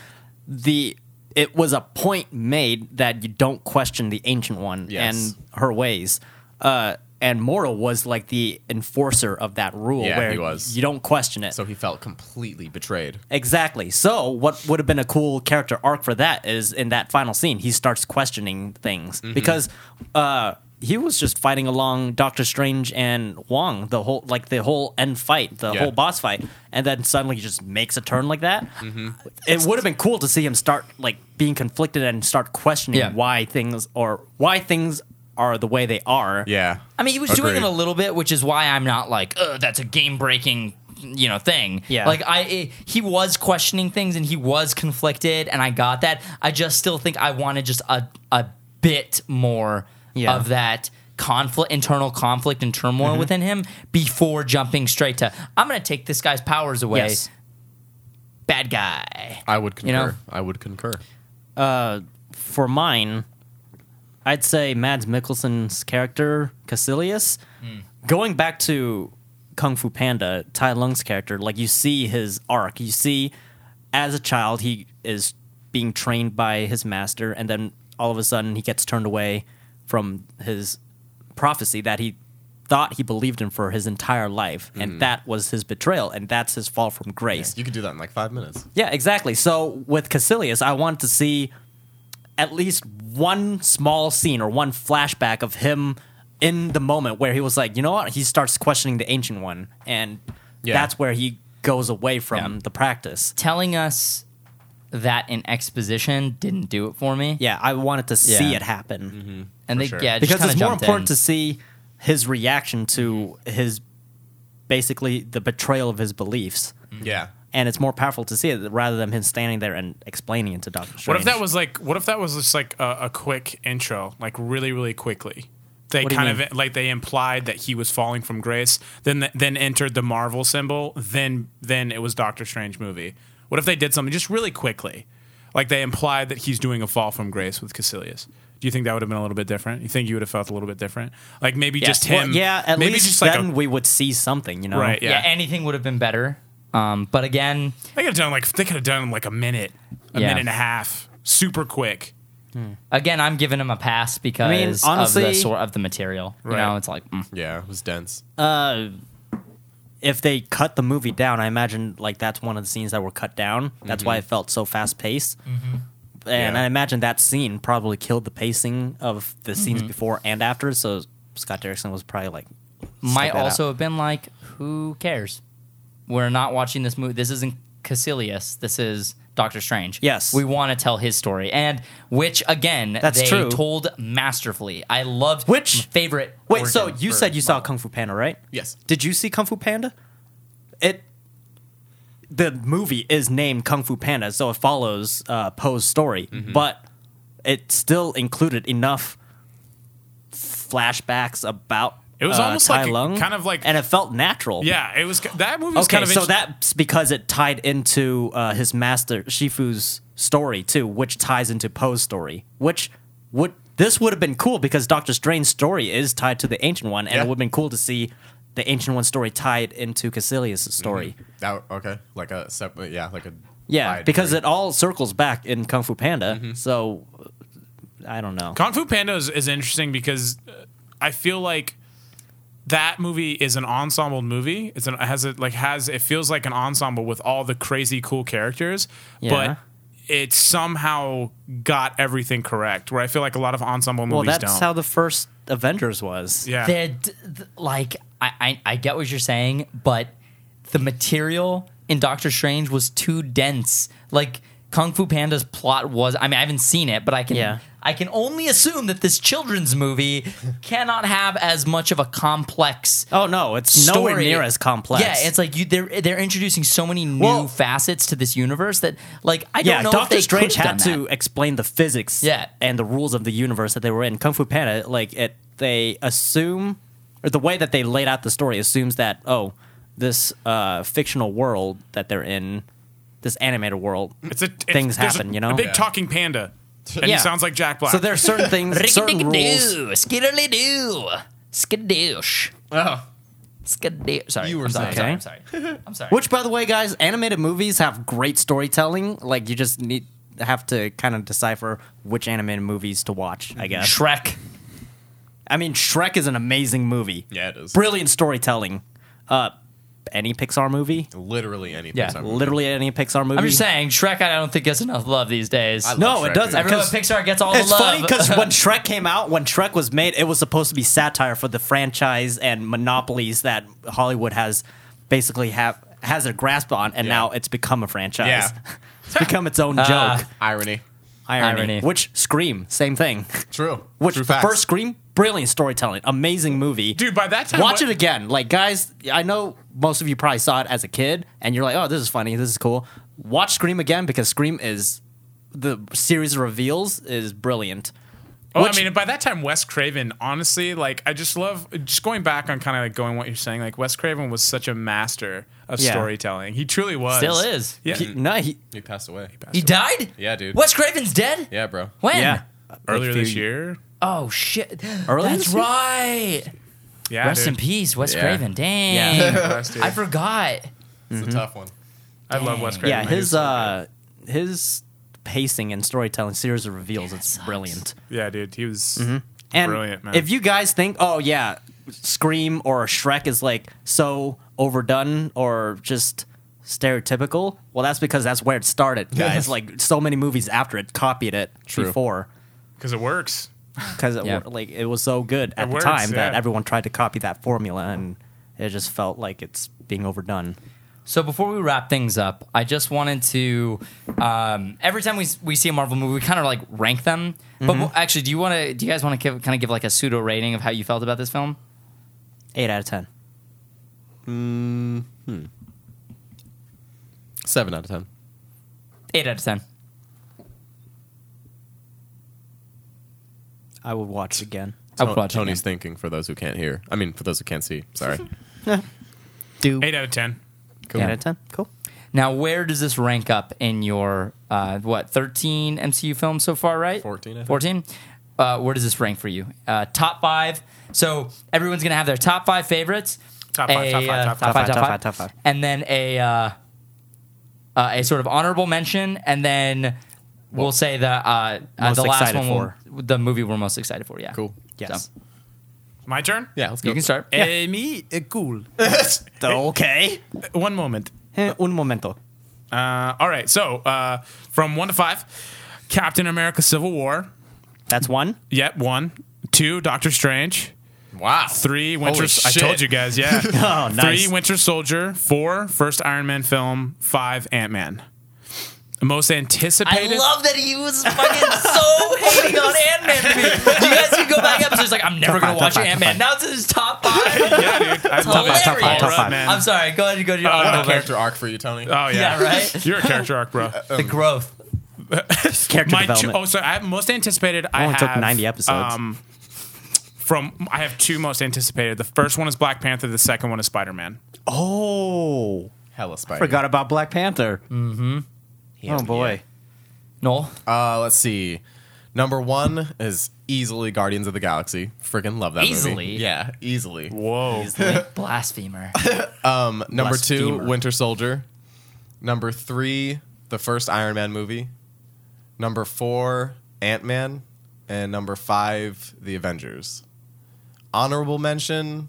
D: the it was a point made that you don't question the ancient one
E: Yes.
D: and her ways. Uh, and Mortal was like the enforcer of that rule
E: Yeah,
D: where
E: he was.
D: you don't question it.
E: So he felt completely betrayed.
D: Exactly. So, what would have been a cool character arc for that is in that final scene, he starts questioning things
E: Mm-hmm.
D: because uh, he was just fighting along Doctor Strange and Wong the whole like the whole end fight, the
E: Yeah.
D: whole boss fight, and then suddenly he just makes a turn like that.
E: Mm-hmm.
D: It would have been cool to see him start like being conflicted and start questioning
A: Yeah.
D: why things or why things are the way they are.
E: Yeah.
A: I mean, he was doing it
E: Agreed.
A: a little bit, which is why I'm not like, "Ugh, that's a game breaking, you know, thing.
D: Yeah.
A: Like I, i he was questioning things and he was conflicted, and I got that. I just still think I wanted just a a bit more
D: Yeah. Mm-hmm.
A: of that conflict, internal conflict and turmoil within him before jumping straight to, I'm going to take this guy's powers away.
D: Yes.
A: Bad guy.
E: I would concur.
A: You know?
E: I would concur.
D: for mine, I'd say Mads Mikkelsen's character Cassilius. Going back to Kung Fu Panda, Tai Lung's character, like you see his arc. You see, as a child, he is being trained by his master, and then all of a sudden, he gets turned away from his prophecy that he thought he believed in for his entire life, and that was his betrayal, and that's his fall from grace.
E: You could do that in like five minutes.
D: Yeah, exactly. So with Cassilius, I want to see at least one small scene or one flashback of him in the moment where he was like, you know what? He starts questioning the ancient one, and
E: Yeah.
D: that's where he goes away from the practice.
A: Telling us that in exposition didn't do it for me.
D: Yeah, I wanted to see
A: Yeah.
D: it happen
A: And they,
E: sure.
A: yeah, just
D: because
A: kinda
D: it's more
A: jumped
D: important
A: in.
D: to see his reaction to his basically the betrayal of his beliefs.
E: Yeah.
D: And it's more powerful to see it rather than him standing there and explaining it to Doctor Strange.
F: What if that was like? What if that was just like a, a quick intro, like really, really quickly? They
D: What do you
F: kind
D: mean?
F: of like they implied that he was falling from grace. Then then entered the Marvel symbol. Then then it was Doctor Strange movie. What if they did something just really quickly, like they implied that he's doing a fall from grace with Cassilius? Do you think that would have been a little bit different? You think you would have felt a little bit different? Like maybe just
D: Well,
F: him.
D: yeah, at
F: maybe
D: least
F: just like
D: then
F: a,
D: we would see something, you know?
F: right.
A: yeah.
F: Yeah,
A: anything would have been better. Um, but again,
F: they could have done like they could have done like a minute, a
A: Yeah.
F: minute and a half, super quick.
A: again, I'm giving him a pass because of
D: honestly-
A: the sort of the material. You
F: Right.
A: know, it's like mm.
E: Yeah. It was dense.
D: if they cut the movie down, I imagine like that's one of the scenes that were cut down. That's
F: Mm-hmm.
D: why it felt so fast paced. And
E: Yeah.
D: I imagine that scene probably killed the pacing of the
F: Mm-hmm.
D: scenes before and after. So Scott Derrickson was probably like,
A: might
D: that out.
A: also have been like, who cares? We're not watching this movie. This isn't Cassilius. This is Doctor Strange.
D: Yes.
A: we want to tell his story, and which again
D: That's
A: they
D: true.
A: told masterfully. I loved
D: Which-
A: my favorite.
D: wait. So
A: origin
D: you
A: for
D: said you saw
A: Marvel.
D: Kung Fu Panda, right?
E: Yes.
D: Did you see Kung Fu Panda? It. The movie is named Kung Fu Panda, so it follows uh, Poe's story,
F: Mm-hmm.
D: but it still included enough flashbacks about.
F: It was
D: uh,
F: almost
D: Tai
F: like a-
D: Lung,
F: kind of like-
D: and it felt natural.
F: Yeah, it was that movie was
D: Okay,
F: kind of
D: so
F: inter-
D: that's because it tied into uh, his master Shifu's story too, which ties into Poe's story. Which would this would have been cool because Doctor Strange's story is tied to the Ancient One, and
E: Yeah.
D: it would have been cool to see the Ancient One story tied into
E: Mm-hmm.
D: Cassilius' story.
E: That okay. Like a separate. Yeah. Like a.
D: Yeah,
E: I
D: because
E: agree. Mm-hmm.
D: it all circles back in Kung Fu Panda. So uh, I don't know.
F: Kung Fu Panda is, is interesting because uh, I feel like that movie is an ensemble movie. It's an it has it like has it feels like an ensemble with all the crazy cool characters,
D: Yeah.
F: but it somehow got everything correct. Where I feel like a lot of ensemble
D: well,
F: movies
D: that's
F: don't.
D: how the first Avengers was.
F: yeah,
A: They're d- th- like I, I I get what you're saying, but the material in Doctor Strange was too dense. Like Kung Fu Panda's plot was. I mean, I haven't seen it, but I can.
D: Yeah.
A: I can only assume that this children's movie cannot have as much of a complex
D: Oh no, it's nowhere
A: story-
D: near as complex.
A: Yeah, it's like you, they're they're introducing so many new
D: Well-
A: facets to this universe that like I don't
D: yeah.
A: know.
D: Doctor
A: if they
D: Strange
A: could've
D: had
A: done
D: to
A: that.
D: explain the physics,
A: Yeah.
D: and the rules of the universe that they were in. Kung Fu Panda, like it, they assume, or the way that they laid out the story assumes that oh, this uh, fictional world that they're in, this animated world,
F: It's a it's,
D: things
F: there's
D: happen,
F: a,
D: you know?
F: a big
D: Yeah.
F: talking panda, and
D: Yeah.
F: he sounds like Jack Black.
D: so there are certain things, certain rules.
A: Rickety-doo, skiddly-doo, skidoosh,
E: Oh,
A: skidoo. Sorry,
E: You were
A: I'm sorry,
D: saying.
A: I'm sorry, I'm sorry. I'm sorry.
D: Which, by the way, guys, animated movies have great storytelling. Like you just need have to kind of decipher which animated movies to watch. I guess.
A: Shrek?
D: I mean, Shrek is an amazing movie.
E: Yeah, it is.
D: Brilliant storytelling. Uh, any Pixar movie.
E: literally anything.
A: Yeah,
E: Sorry.
D: Literally any Pixar movie.
A: I'm just saying, Shrek. I don't think gets enough love these days.
E: I love
D: No,
E: Shrek,
D: it doesn't.
E: dude.
A: Everyone, at
D: 'cause
A: Pixar gets all
D: It's
A: the love.
D: funny because when Shrek came out, when Shrek was made, it was supposed to be satire for the franchise and monopolies that Hollywood has basically have has a grasp on, and
E: Yeah.
D: now it's become a franchise.
E: Yeah.
D: it's become its own
A: Ah.
D: joke.
E: Irony.
D: irony.
A: Irony.
D: Which Scream, same thing.
E: True.
D: Which
E: True
D: the
E: facts.
D: first Scream, brilliant storytelling, amazing movie.
F: Dude, by that time,
D: watch
F: what-
D: it again. Like guys, I know most of you probably saw it as a kid, and you're like, "Oh, this is funny. This is cool." Watch Scream again because Scream is the series of reveals is brilliant.
F: Oh,
D: Which-
F: I mean, by that time, Wes Craven, honestly, like, I just love just going back on kind of like going what you're saying. Like, Wes Craven was such a master of
D: Yeah.
F: storytelling. He truly was.
A: Still is.
F: Yeah.
D: He- no, he,
E: He passed away.
A: he died.
E: Yeah, dude.
A: Wes Craven's dead.
E: Yeah, bro.
A: When?
D: yeah,
F: Mm-hmm. Earlier this year.
A: Oh shit.
D: Earlier
A: That's
D: this year?
A: right.
F: Yeah.
A: Rest in
F: dude.
A: peace, Wes
E: Yeah.
A: Craven. Dang.
F: Rest, dude.
A: I forgot.
E: It's
A: Mm-hmm.
E: a tough one.
F: I love Wes Craven.
D: yeah.
F: He was
D: His
F: so
D: uh, his pacing and storytelling series of reveals, it's
A: sucks.
D: brilliant.
F: good. Yeah, dude. He was.
D: Mm-hmm. And
F: Brilliant, man.
D: if you guys think, oh yeah, Scream or Shrek is like so overdone or just stereotypical, well, that's because that's where it started, guys. like so many movies after it copied it
E: True.
D: before
F: Because it works.
D: because it,
A: Yeah.
D: wor- like it was so good at
F: It
D: the
F: works,
D: time that
F: yeah.
D: everyone tried to copy that formula and it just felt like it's being overdone.
A: So before we wrap things up, I just wanted to. Um, every time we we see a Marvel movie, we kind of like rank them. But we'll- actually, do you want to? Do you guys want to kind of give like a pseudo rating of how you felt about this film?
D: Eight out of ten.
E: Seven out of ten.
A: Eight out of ten.
D: I would watch it again.
A: I would watch it
E: Tony's
A: again.
E: thinking for those who can't hear. I mean, for those who can't see. Sorry.
D: Do
F: Eight out of 10.
E: Cool.
D: eight out of ten. Cool.
A: Now, where does this rank up in your uh, what thirteen MCU films so far? Right,
E: 14, I think.
A: Fourteen. Uh, where does this rank for you? Uh, top five. So everyone's gonna have their top five favorites.
F: Top five,
A: A,
F: top five,
A: uh,
F: top
D: five, top five, top five.
A: and then a uh, uh, a sort of honorable mention, and then we'll say the uh, uh,
D: most
A: the last
D: excited
A: one, we'll, the movie we're most excited for. Yeah,
E: Cool.
D: Yes.
A: So,
F: My turn?
E: Yeah, let's go.
A: you can start.
F: Eh, me, eh, cool.
D: okay.
F: One moment.
D: Eh, Un momento.
F: Uh, all right. So, uh, from one to five, Captain America Civil War.
D: That's one.
F: Yep, one. Two, Doctor Strange.
E: Wow.
F: Three Winter.
E: Holy
F: I
E: shit.
F: told you guys, yeah.
D: Oh, nice.
F: Three Winter Soldier. Four first Iron Man film. Five Ant Man. Most
A: I
F: anticipated.
A: love that he was fucking so hating on Ant Man. You guys can go back up. So he's like, I'm never gonna
D: five,
A: watch
D: top five,
A: Ant Man. Now it's in his top five.
F: yeah, dude. I love
A: hilarious.
F: it.
D: Top five, top
F: All right,
D: five.
F: man.
A: I'm sorry. Go ahead and go to your
F: Uh,
E: What
A: uh,
E: a character arc for you, Tony.
F: Oh yeah.
A: Yeah, right?
F: You're a character arc, bro.
A: the growth.
D: Character
F: My two,
D: development.
F: oh, sorry. I have most anticipated. I
D: only
F: have,
D: took 90 episodes.
F: Um, from I have two most anticipated. The first one is Black Panther. The second one is Spider Man.
D: Oh,
E: Hella spider.
D: forgot about Black Panther. Mm-hmm. Oh boy,
A: No.
E: Uh, let's see. Number one is easily Guardians of the Galaxy. Freaking love that
A: Easily?
E: movie. Yeah, easily.
F: Whoa.
A: Blasphemer.
E: Number two,
A: Blasphemer.
E: Winter Soldier. Number three, the first Iron Man movie. Number four, Ant Man. And number five, The Avengers. Honorable mention.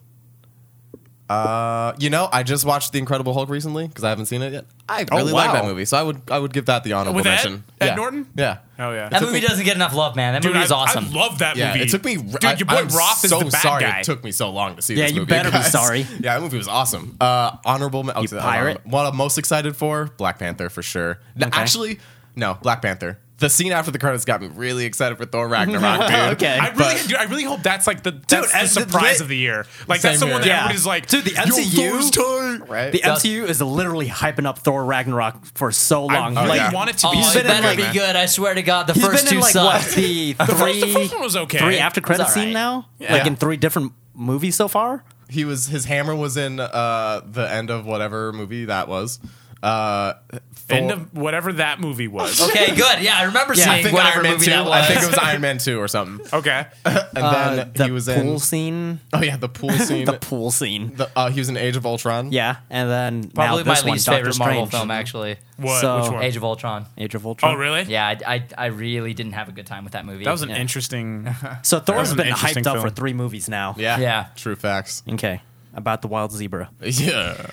E: Uh, you know, I just watched The Incredible Hulk recently because I haven't seen it yet. I
F: Oh,
E: really like
F: wow.
E: that movie, so I would I would give that the honorable
F: With Ed?
E: mention.
F: Ed
E: yeah.
F: Norton?
E: Yeah.
F: Oh yeah.
A: That movie doesn't get enough love, man. That
F: Dude,
A: movie is
F: I,
A: awesome.
F: I love that
E: Yeah,
F: movie.
E: it took me.
F: Dude,
E: I-
F: your boy
E: I'm
F: Roth is
E: so
F: the bad
E: sorry
F: guy.
E: It took me so long to see.
D: Yeah,
E: this
D: you
E: movie,
D: better be
E: guys.
D: sorry.
E: Yeah, that movie was awesome. Uh, honorable. men- I'll say that,
D: pirate.
E: honorable- What I'm most excited for, Black Panther for sure. No,
D: Okay.
E: Actually, No, Black Panther. The scene after the credits got me really excited for Thor Ragnarok, dude.
D: Okay.
F: I
E: But-
F: really, dude, I really hope that's like the that's
D: as
F: the
D: the-
F: surprise
D: they-
F: of the year. Like
E: Same
F: that's the one that
E: here.
D: Yeah.
F: everybody's like,
D: Dude, the
F: "Yo,
D: MCU
F: Thor's tight."
E: Right?
D: The MCU is literally hyping up Thor Ragnarok for so
F: I
D: long.
F: really
D: like,
E: yeah.
F: want it to
A: Oh,
F: be.
D: He's
A: it
D: been in,
A: better
D: like-
A: be good. I swear to God, the
D: he's
A: first
D: been
A: two
D: in like
A: sucked.
D: what the
F: the,
D: three,
F: first, the first one was okay.
D: three after credit
A: all
D: scene
A: right.
D: now,
F: Yeah.
D: like in three different movies so far.
E: he was his hammer was in uh the end of whatever movie that was. Uh Thor-
F: end of whatever that movie was.
A: Okay, good. Yeah, I remember
D: Yeah,
E: I
D: I
A: seeing
E: think
A: whatever
E: Iron Man
A: movie
E: 2.
A: that was.
E: I think it was Iron Man 2 or something.
F: okay,
E: And
D: Uh,
E: then
D: the
E: he was
D: pool
E: in
D: scene,
E: Oh yeah, the pool scene.
D: the pool scene.
E: The- uh, he was in Age of Ultron.
D: Yeah, and then
A: Probably
D: now this
A: my
D: one,
A: least
D: Doctor
A: favorite
D: Strange.
A: Marvel film, actually.
F: what?
D: So-
F: which one?
A: Age of Ultron.
D: Age of Ultron.
F: oh, really?
A: Yeah, I, I, I really didn't have a good time with that movie.
F: That was an
A: yeah.
F: interesting.
D: So
F: was
D: Thor's
F: an
D: been
F: interesting
D: hyped up for
F: film.
D: three movies now.
E: Yeah.
A: Yeah.
E: True facts.
D: Okay, about the wild zebra.
E: Yeah.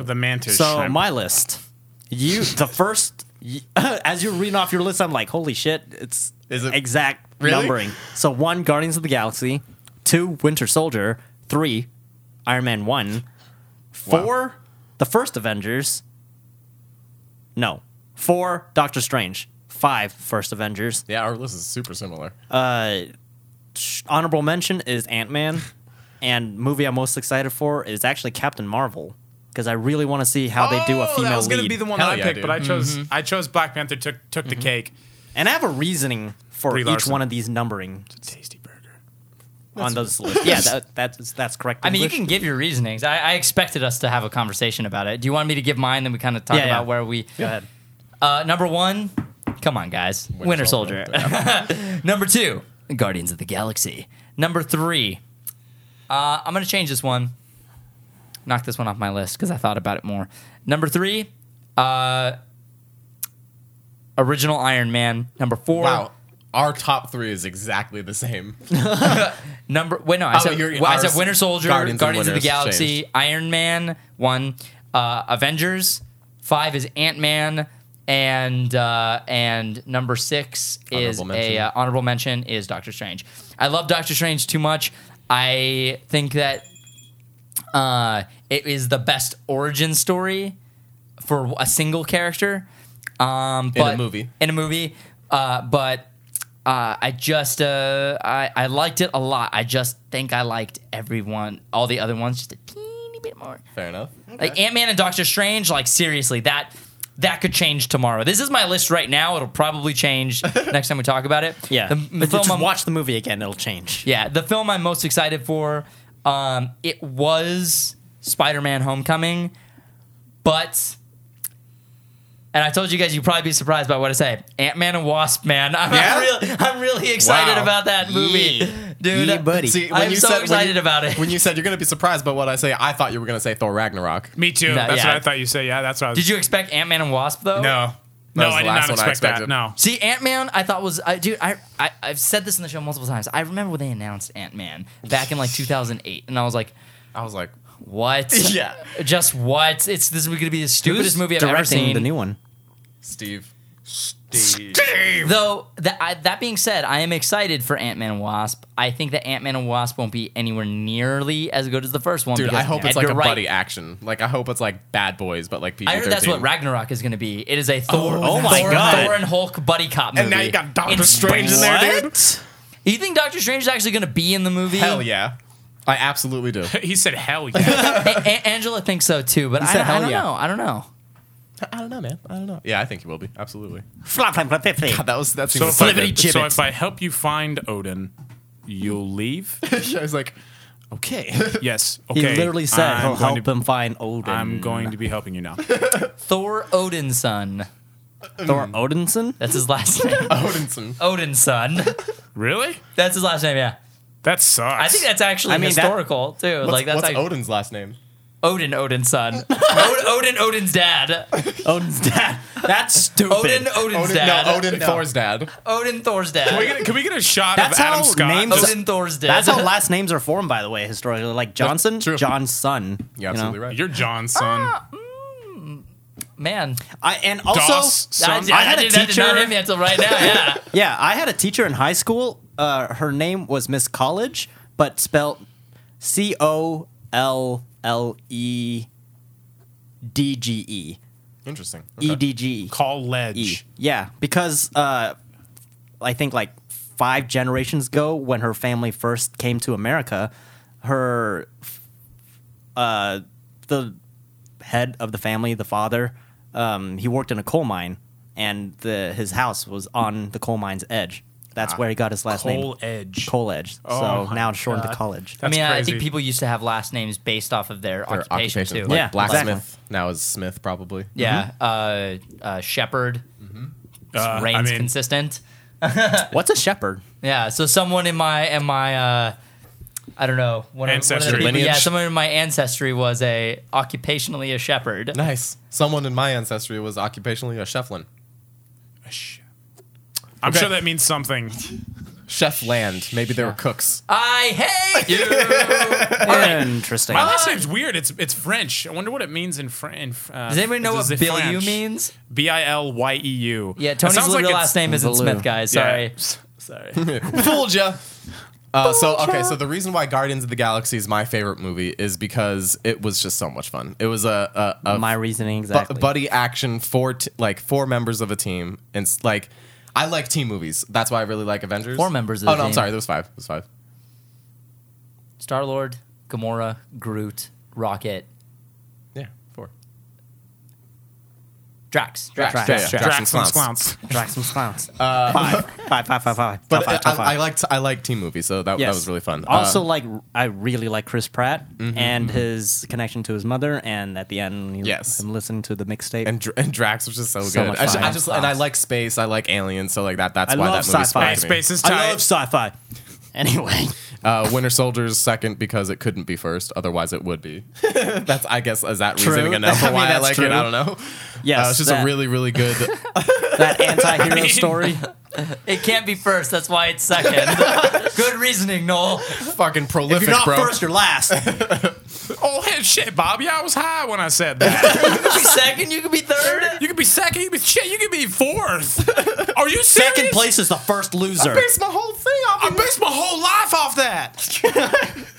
F: the mantis.
D: so
F: shrimp.
D: my list, you the first. y- As you're reading off your list, I'm like, holy shit! It's
E: Is it-
D: exact
E: Really?
D: numbering. So one, Guardians of the Galaxy. Two, Winter Soldier. Three, Iron Man one. Four, the first Avengers. No, four, Doctor Strange. Five, first Avengers.
E: Yeah, our list is super similar.
D: Sh- Honorable mention is Ant Man, and movie I'm most excited for is actually Captain Marvel because I really want to see how they do a
F: Oh,
D: female
F: That was gonna
D: lead.
F: be the one
E: Hell
F: that I
E: yeah,
F: picked,
E: dude.
F: but I chose I chose Black Panther. Took took the cake.
D: And I have a reasoning for
F: Brie
D: each
F: Larson.
D: one of these numbering
F: Tasty burger.
D: on those lists. Yeah, that, that's that's correct.
A: I mean, you
D: English.
A: can give your reasonings. I, I expected us to have a conversation about it. Do you want me to give mine? Then we kind of talk
D: Yeah, yeah.
A: about where we.
D: go ahead.
A: Uh, number one, come on, guys. Winter, Soldier. number two, Guardians of the Galaxy. Number three, uh, I'm going to change this one. Knock this one off my list because I thought about it more. Number three, uh, original Iron Man. Number four,
E: wow. Our top three is exactly the same.
A: Number wait no, I
E: Oh,
A: said
E: you're-
A: well, I
E: ours-
A: said Winter Soldier,
E: Guardians
A: Guardians,
E: and
A: of the
E: Winners
A: Galaxy,
E: changed.
A: Iron Man one, uh, Avengers five is Ant Man, and uh, and number six is
E: Honorable mention.
A: a uh, honorable mention is Doctor Strange. I love Doctor Strange too much. I think that uh, it is the best origin story for a single character. Um,
E: In a
A: but,
E: movie.
A: In a movie, uh, but uh, I just uh, I I liked it a lot. I just think I liked everyone, all the other ones, just a teeny bit more.
E: Fair enough.
A: Like Ant Man and Doctor Strange, like seriously, that that could change tomorrow. This is my list right now. It'll probably change next time we talk about it.
D: Yeah,
A: the,
D: But
A: the film
D: just
A: I'm,
D: watch the movie again; it'll change.
A: yeah, the film I'm most excited for, um, it was Spider-Man: Homecoming, but. And I told you guys you'd probably be surprised by what I say. Ant Man and Wasp, man. I'm,
E: Yeah?
A: really, I'm really excited
E: Wow.
A: about that movie, dude.
D: Yeah, buddy.
E: See,
A: I'm so
E: when
A: excited
E: you-
A: about it.
E: When you said you're gonna be surprised by what I say, I thought you were gonna say Thor Ragnarok.
F: Me too.
A: No,
F: that's
A: yeah.
F: what I thought you said. Yeah, that's what I was.
A: Did you expect Ant Man and Wasp though?
F: No, no,
E: was
F: I
E: the
F: did not
E: last one I
F: expect that.
E: expected.
F: No,
A: See, Ant Man, I thought was I, dude. I, I I've said this in the show multiple times. I remember when they announced Ant Man back in like 2008, and I was like,
E: I was like,
A: "What?
E: Yeah.
A: just what? It's this is going to be the stupidest movie I've ever
D: directing
A: seen."
D: the new one.
E: Steve.
A: Though that I, that being said, I am excited for Ant Man and Wasp. I think that Ant Man and Wasp won't be anywhere nearly as good as the first one.
E: Dude,
A: because-
E: I hope
A: and
E: it's like
A: you're
E: a
A: right.
E: buddy action. Like I hope it's like Bad Boys, but like PG-13.
A: I heard that's what Ragnarok is going to be. It is a Thor,
D: oh my
A: Thor,
D: God.
A: Thor and Hulk buddy cop movie.
E: And now you got Doctor
A: It's
E: Strange in there, dude.
A: You think Doctor Strange is actually going to be in the movie?
E: Hell yeah, I absolutely do.
F: he said hell yeah.
A: A- A- Angela thinks so too, but I,
D: said
A: don't- I
D: hell
A: don't
D: yeah.
A: know. I don't know.
E: I don't know, man. I don't know. Yeah, I think he will be. Absolutely.
D: Flop, flop, flop, flop, flop.
E: That was that's
F: so, if I,
D: Flippity
F: so
D: gibbet.
F: if I help you find Odin, you'll leave.
E: I was like,
F: Okay. Yes.
D: He
F: Okay.
D: literally said
F: I'm
D: he'll
F: going
D: help
F: to-
D: him find Odin.
F: I'm going to be helping you now.
A: Thor Odin's son.
D: Thor Odinson.
A: That's his last name.
E: Odinson.
A: Odin's son.
F: really?
A: That's his last name. Yeah,
F: That sucks.
A: I think that's actually
D: I mean, that-
A: historical too.
E: What's,
A: like that's
E: what's
A: like
E: Odin's last name?
A: Odin Odin's son. Od- Odin Odin's dad.
D: Odin's dad. That's stupid.
A: Odin Odin's
E: Odin,
A: dad.
E: no, Odin Thor's dad.
A: Odin Thor's
F: Can we
A: dad.
F: get, can we get a shot
D: That's
F: of Adam
D: how
F: Scott?
D: names-
F: Just-
A: Odin Thor's dad.
D: That's how last names are formed, by the way, historically. Like Johnson,
E: true.
D: John's son.
E: You're absolutely right.
F: You're John's son.
A: man.
D: I, and also,
F: Doss, son.
A: I, I, had a teacher. That did not hit me until right now. Yeah.
D: Yeah, I had a teacher in high school. Uh, her name was Miss College, but spelt C O L L E D G E.
E: Interesting. Okay.
D: EDG.
F: Call Ledge.
D: E. Yeah, because uh, I think like five generations ago, when her family first came to America, her uh, the head of the family, the father, um, he worked in a coal mine, and the his house was on the coal mine's edge.
E: Ah.
D: That's where he got his last name,
F: Coal Edge.
D: Coal Edge.
F: Oh
D: so
F: my
D: now it's shortened
F: God.
D: to college.
A: I mean, I
F: crazy.
A: think people used to have last names based off of their,
E: Their
A: occupation,
E: occupation.
A: too.
E: Like
D: Yeah,
E: blacksmith
D: exactly.
E: now is Smith probably.
A: yeah, uh, uh, shepherd.
F: Uh,
A: Rain's
F: I mean,
A: consistent.
D: What's a shepherd?
A: Yeah, so someone in my in my uh, I don't know one of- one of the
F: Ancestry.
A: people- Yeah,
E: Lineage.
A: someone in my ancestry was a occupationally a shepherd.
E: Nice. Someone in my ancestry was occupationally a cheflin.
F: I'm
E: Okay.
F: sure that means something.
E: Chef land. Maybe they were cooks.
A: I hate you.
D: Interesting.
F: My last name's weird. It's it's French. I wonder what it means in French. Uh,
A: Does anybody know
F: this
A: what
F: is
A: Bill
F: French.
A: means?
F: B I L Y E U.
A: Yeah,
F: It
A: Tony's
F: sounds
A: real
F: like it's-
A: last name isn't
D: Baloo.
A: Smith, guys.
F: Yeah.
A: Sorry.
F: Sorry.
E: Fooled ya. Uh, so okay, so the reason why Guardians of the Galaxy is my favorite movie is because it was just so much fun. It was a, a, a
D: My reasoning
E: bu-
D: exactly.
E: buddy action for t- like four members of a team. And s- like, I like team movies. That's why I really like Avengers.
A: Four members of
E: oh
A: the
E: no, I'm
A: team.
E: sorry. There was five. There was five.
A: Star Lord, Gamora, Groot, Rocket,
E: Yeah, four.
A: Drax.
E: Drax.
D: Drax.
E: Yeah, yeah,
D: Drax
F: Drax and
E: Drax and Slouts.
F: Clowns.
D: Drax and Clowns. five. Five, five, five, five.
E: But
D: Top five,
E: I,
D: top five.
E: I liked I liked team movies, so that, that
D: Yes.
E: was really fun. Uh, Mm-hmm,
D: Also, like I really like Chris Pratt and his connection to his mother, and at the end, you
E: Yes.
D: him listening to the mixtape.
E: and, Dr- and Drax was just so,
D: So
E: good.
D: much
E: I just,
D: fun.
E: I just- and I like space. I like aliens, so like that. That's
D: I
E: why
D: love
E: that movie
D: sci-fi.
E: spoke
F: Hey,
E: to me.
F: space is
D: I
F: tight.
D: love sci-fi. Anyway,
E: Uh, Winter Soldier's second because it couldn't be first, otherwise it would be. that's I guess is that
D: True.
E: reasoning enough
D: I
E: for
D: mean,
E: why I
D: that's
E: like it. I
D: true.
E: don't know.
D: yes,
E: Uh, it's just
D: that,
E: a really really good.
D: that anti-hero story.
A: It can't be first. That's why it's second. Good reasoning, Noel.
E: fucking prolific,
D: You're not
E: bro.
D: first, you're last.
F: Oh head shit, Bobby. I was high when I said that.
A: You could be second. You could be third.
F: you could be second. You could be shit. You could be fourth. Are you serious?
D: Second place is the first loser.
E: my whole thing off.
F: I based my whole life off that.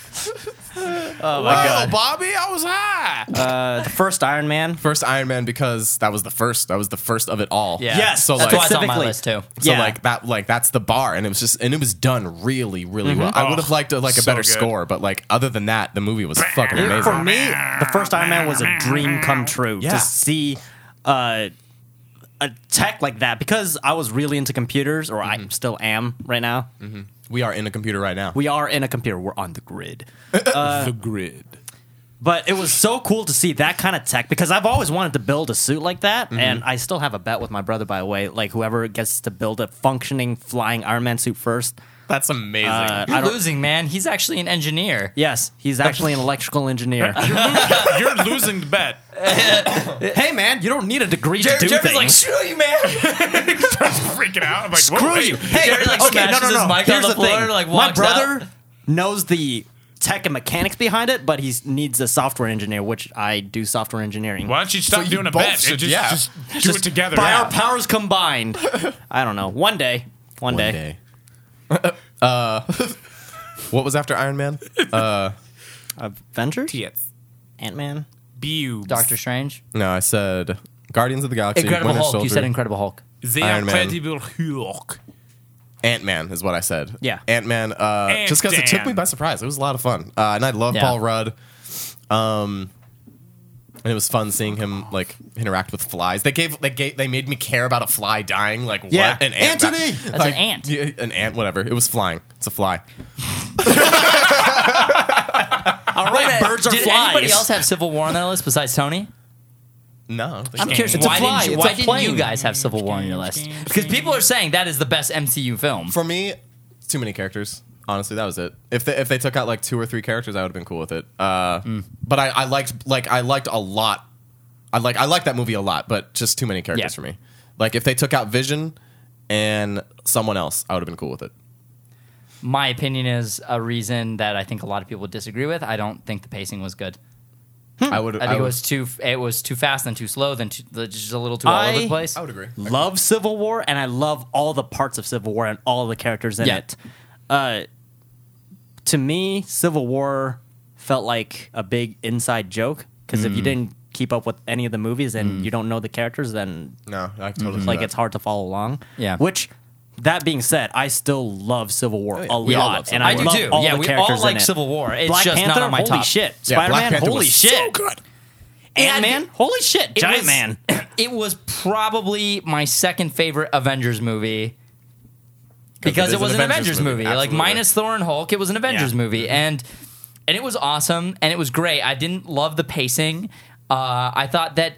D: Oh my
F: Oh,
D: god!
F: Bobby, I was high.
D: Uh, the first Iron Man.
E: First Iron Man because that was the first. That was the first of it all.
A: Yeah.
D: Yes,
E: So,
A: that's
E: like-
A: why it's on my
D: specifically.
A: list too.
E: So
D: Yeah.
E: like that, like that's the bar, and it was just, and it was done really, really well. I would have liked a, like a
F: so
E: better
F: good.
E: score, but like other than that, the movie was fucking amazing.
D: For me, the first Iron Man was a dream come true.
E: Yeah.
D: To see uh, a tech like that, because I was really into computers, or
E: Mm-hmm.
D: I still am right now.
E: we are in a computer right now.
D: We are in a computer. We're on the grid.
F: the grid.
D: But it was so cool to see that kind of tech because I've always wanted to build a suit like that, and I still have a bet with my brother. By the way, like whoever gets to build a functioning flying Iron Man suit first.
E: That's amazing.
D: Uh,
A: You're losing, man. He's actually an engineer.
D: Yes, he's actually an electrical engineer.
F: You're losing the bet.
D: hey man, you don't need a degree to do
A: Jeremy's
D: things.
A: like, screw you, man.
F: Freaking out. I'm like,
D: Screw
F: whoa,
D: you.
F: wait.
D: Hey,
A: Jared, like,
D: okay, no,
A: smashes
D: no,
A: his
D: no.
A: mic on
D: Here's
A: the
D: the,
A: floor,
D: thing.
A: like,
D: My
A: walks
D: brother knows the tech and mechanics behind it, but he needs a software engineer, which I do software engineering.
F: Why don't you stop
E: So you
F: doing a
E: both
F: bet?
E: should-
F: and just,
E: yeah.
F: just do
D: Just
F: it together.
D: By
F: yeah.
D: our powers combined, I don't know. One day, one, day.
E: Uh, what was after Iron Man?
D: Avengers, Ant Man,
F: Bubes.
A: Doctor Strange,
E: No, I said Guardians of the Galaxy,
A: Incredible
E: Winter
A: Hulk.
E: Soldier,
A: You said Incredible Hulk.
F: The
E: Iron Man.
F: Incredible Hulk.
E: Ant Man is what I said.
D: Yeah.
E: Ant Man. Uh, just because it took me by surprise, it was a lot of fun, uh, and I love
A: Yeah.
E: Paul Rudd. Um, and it was fun seeing him like interact with flies. They gave they gave, they made me care about a fly dying. Like
D: Yeah.
E: what? An ant
D: Anthony!
E: di-
A: an
E: like,
A: ant.
E: yeah, an ant. Whatever. It was flying. It's a fly.
D: All right, birds are
A: Did
D: flies.
A: anybody else have Civil War on that list besides Tony?
E: No, I don't think
D: I'm
E: so.
D: curious. It's a
A: why
D: fly.
A: Didn't you,
D: it's
A: why
D: a
A: didn't you
D: plane.
A: guys have Civil War on your list? Because people are saying that is the best MCU film.
E: For me, it's too many characters. Honestly, that was it. If they, if they took out like two or three characters, I would have been cool with it. Uh,
A: Mm.
E: But I, I liked like I liked a lot. I like I liked that movie a lot, but just too many characters
A: Yeah.
E: for me. Like if they took out Vision and someone else, I would have been cool with it.
A: My opinion is a reason that I think a lot of people disagree with. I don't think the pacing was good.
E: I would.
A: Hmm. I think it
E: would-
A: was too it was too fast and too slow, then too, just a little too all over
D: I-
A: the place.
E: I would agree.
D: love Civil War, and I love all the parts of Civil War and all the characters in
A: Yeah.
D: it. Uh,
A: Mm.
D: to me, Civil War felt like a big inside joke because if you didn't keep up with any of the movies and you don't know the characters, then
E: No, I
A: Mm-hmm.
E: can totally see
D: like
E: that.
D: it's hard to follow along.
A: Mm. Yeah.
D: Which, that being said, I still love Civil
A: Oh,
D: War a
E: We all love
D: lot,
E: Civil
D: and
A: I,
D: I,
A: do
D: love
A: too.
D: all
A: yeah,
D: the
A: we
D: characters
A: all
D: in
A: like
D: it.
A: Civil War. It's
D: Black
A: just
D: Panther,
A: not on my
D: holy
A: top.
D: shit!
E: Yeah, Black
D: Spider Man,
E: Panther
D: holy
E: was
D: shit!
A: so good.
D: Ant Man, holy shit!
A: It
D: Giant
A: was-
D: Man.
A: It was probably my second favorite Avengers movie because
E: it is
A: it was an Avengers movie. Like
E: absolutely.
A: minus Thor and Hulk, it was an Avengers
F: Yeah.
A: movie, and and it was awesome and it was great. I didn't love the pacing. Uh, I thought that.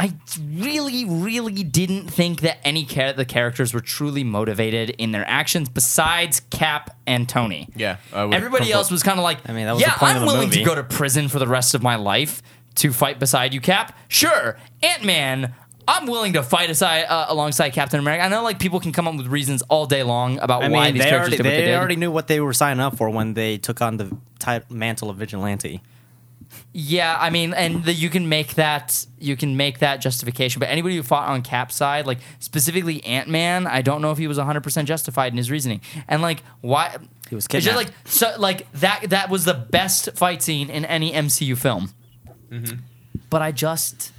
A: I really, really didn't think that any char- the characters were truly motivated in their actions, besides Cap and Tony.
E: Yeah, I would
A: everybody
E: compl-
A: else was kind of like,
D: I mean, that was
A: yeah,
D: the point
A: I'm
D: of the
A: willing to
D: movie."
A: go to prison for the rest of my life to fight beside you, Cap. Sure, Ant Man. I'm willing to fight aside, uh, alongside Captain America. I know, like people can come up with reasons all day long about
D: I
A: why
D: mean,
A: these
D: they
A: characters
D: already,
A: did what they,
D: they
A: did.
D: already knew what they were signing up for when they took on the type mantle of vigilante.
A: Yeah, I mean, and the, you can make that you can make that justification. But anybody who fought on Cap's side, like specifically Ant Man, I don't know if he was 100 percent justified in his reasoning. And like, why
D: He was
A: It's just
D: kidnapped.
A: like so, like that. That was the best fight scene in any MCU film. But I just,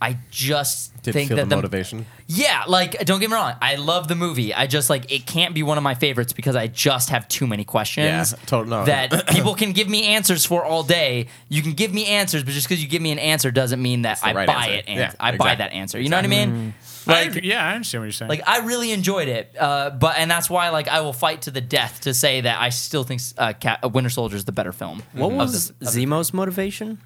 A: I just
E: Did
A: think
E: feel the
A: that the,
E: motivation.
A: yeah, like don't get me wrong, I love the movie. I just like it can't be one of my favorites because I just have too many questions.
E: Yeah, tot- no.
A: That people can give me answers for all day. You can give me answers, but just because you give me an answer doesn't mean that I
E: right
A: buy
E: answer.
A: it. And
E: Yeah,
A: I buy
E: exactly.
A: that answer. You know what I mean?
D: Mm.
F: Like, yeah, I understand what you're saying.
A: Like I really enjoyed it, uh, but and that's why like I will fight to the death to say that I still think uh, Cat, uh, Winter Soldier is the better film.
D: What was Zemo's motivation?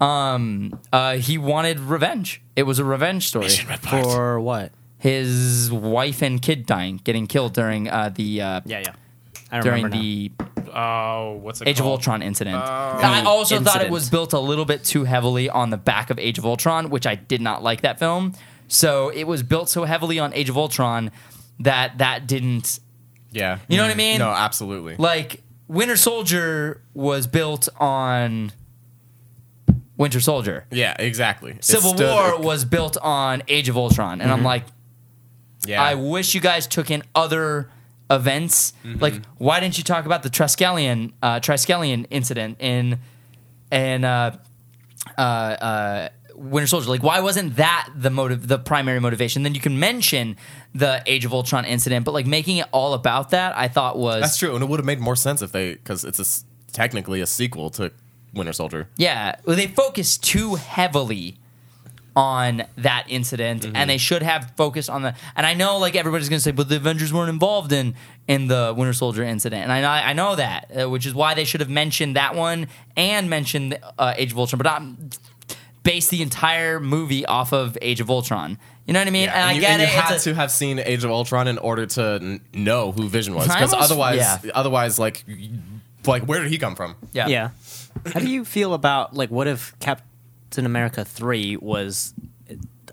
A: Um, uh, he wanted revenge. It was a revenge story.
D: For what?
A: His wife and kid dying, getting killed during uh, the uh,
D: Yeah, yeah. I
A: during
D: remember now.
A: the
F: oh, what's it
A: Age of
F: called?
A: Ultron incident. I also thought it
D: Incident.
A: was built a little bit too heavily on the back of Age of Ultron, which I did not like that film. So it was built so heavily on Age of Ultron that that didn't
E: Yeah,
A: You know what I mean?
E: No, absolutely.
A: like Winter Soldier was built on Winter Soldier.
E: yeah, exactly. It
A: Civil
E: stood-
A: War was built on Age of Ultron, and I'm like,
E: Yeah,
A: I wish you guys took in other events.
E: Mm-hmm.
A: Like, why didn't you talk about the Triskelion uh, Triskelion incident in in uh, uh, uh, Winter Soldier? Like, why wasn't that the motive, the primary motivation? Then you can mention the Age of Ultron incident, but like making it all about that, I thought was
E: that's true, and it would have made more sense if they because it's a s technically a sequel to Winter Soldier.
A: Yeah, well, they focused too heavily on that incident,
E: Mm-hmm.
A: and they should have focused on the. And I know, like everybody's gonna say, but the Avengers weren't involved in in the Winter Soldier incident, and I I know that, uh, which is why they should have mentioned that one and mentioned uh, Age of Ultron, but not base the entire movie off of Age of Ultron. You know what I mean?
E: and,
A: and, I
E: you,
A: get
E: and
A: it.
E: you
A: it's
E: had
A: a-
E: to have seen Age of Ultron in order to n- know who Vision was,
A: I
E: because
A: almost-
E: otherwise,
A: yeah.
E: otherwise, like, y- like where did he come from?
D: Yeah. How do you feel about like what if Captain America three was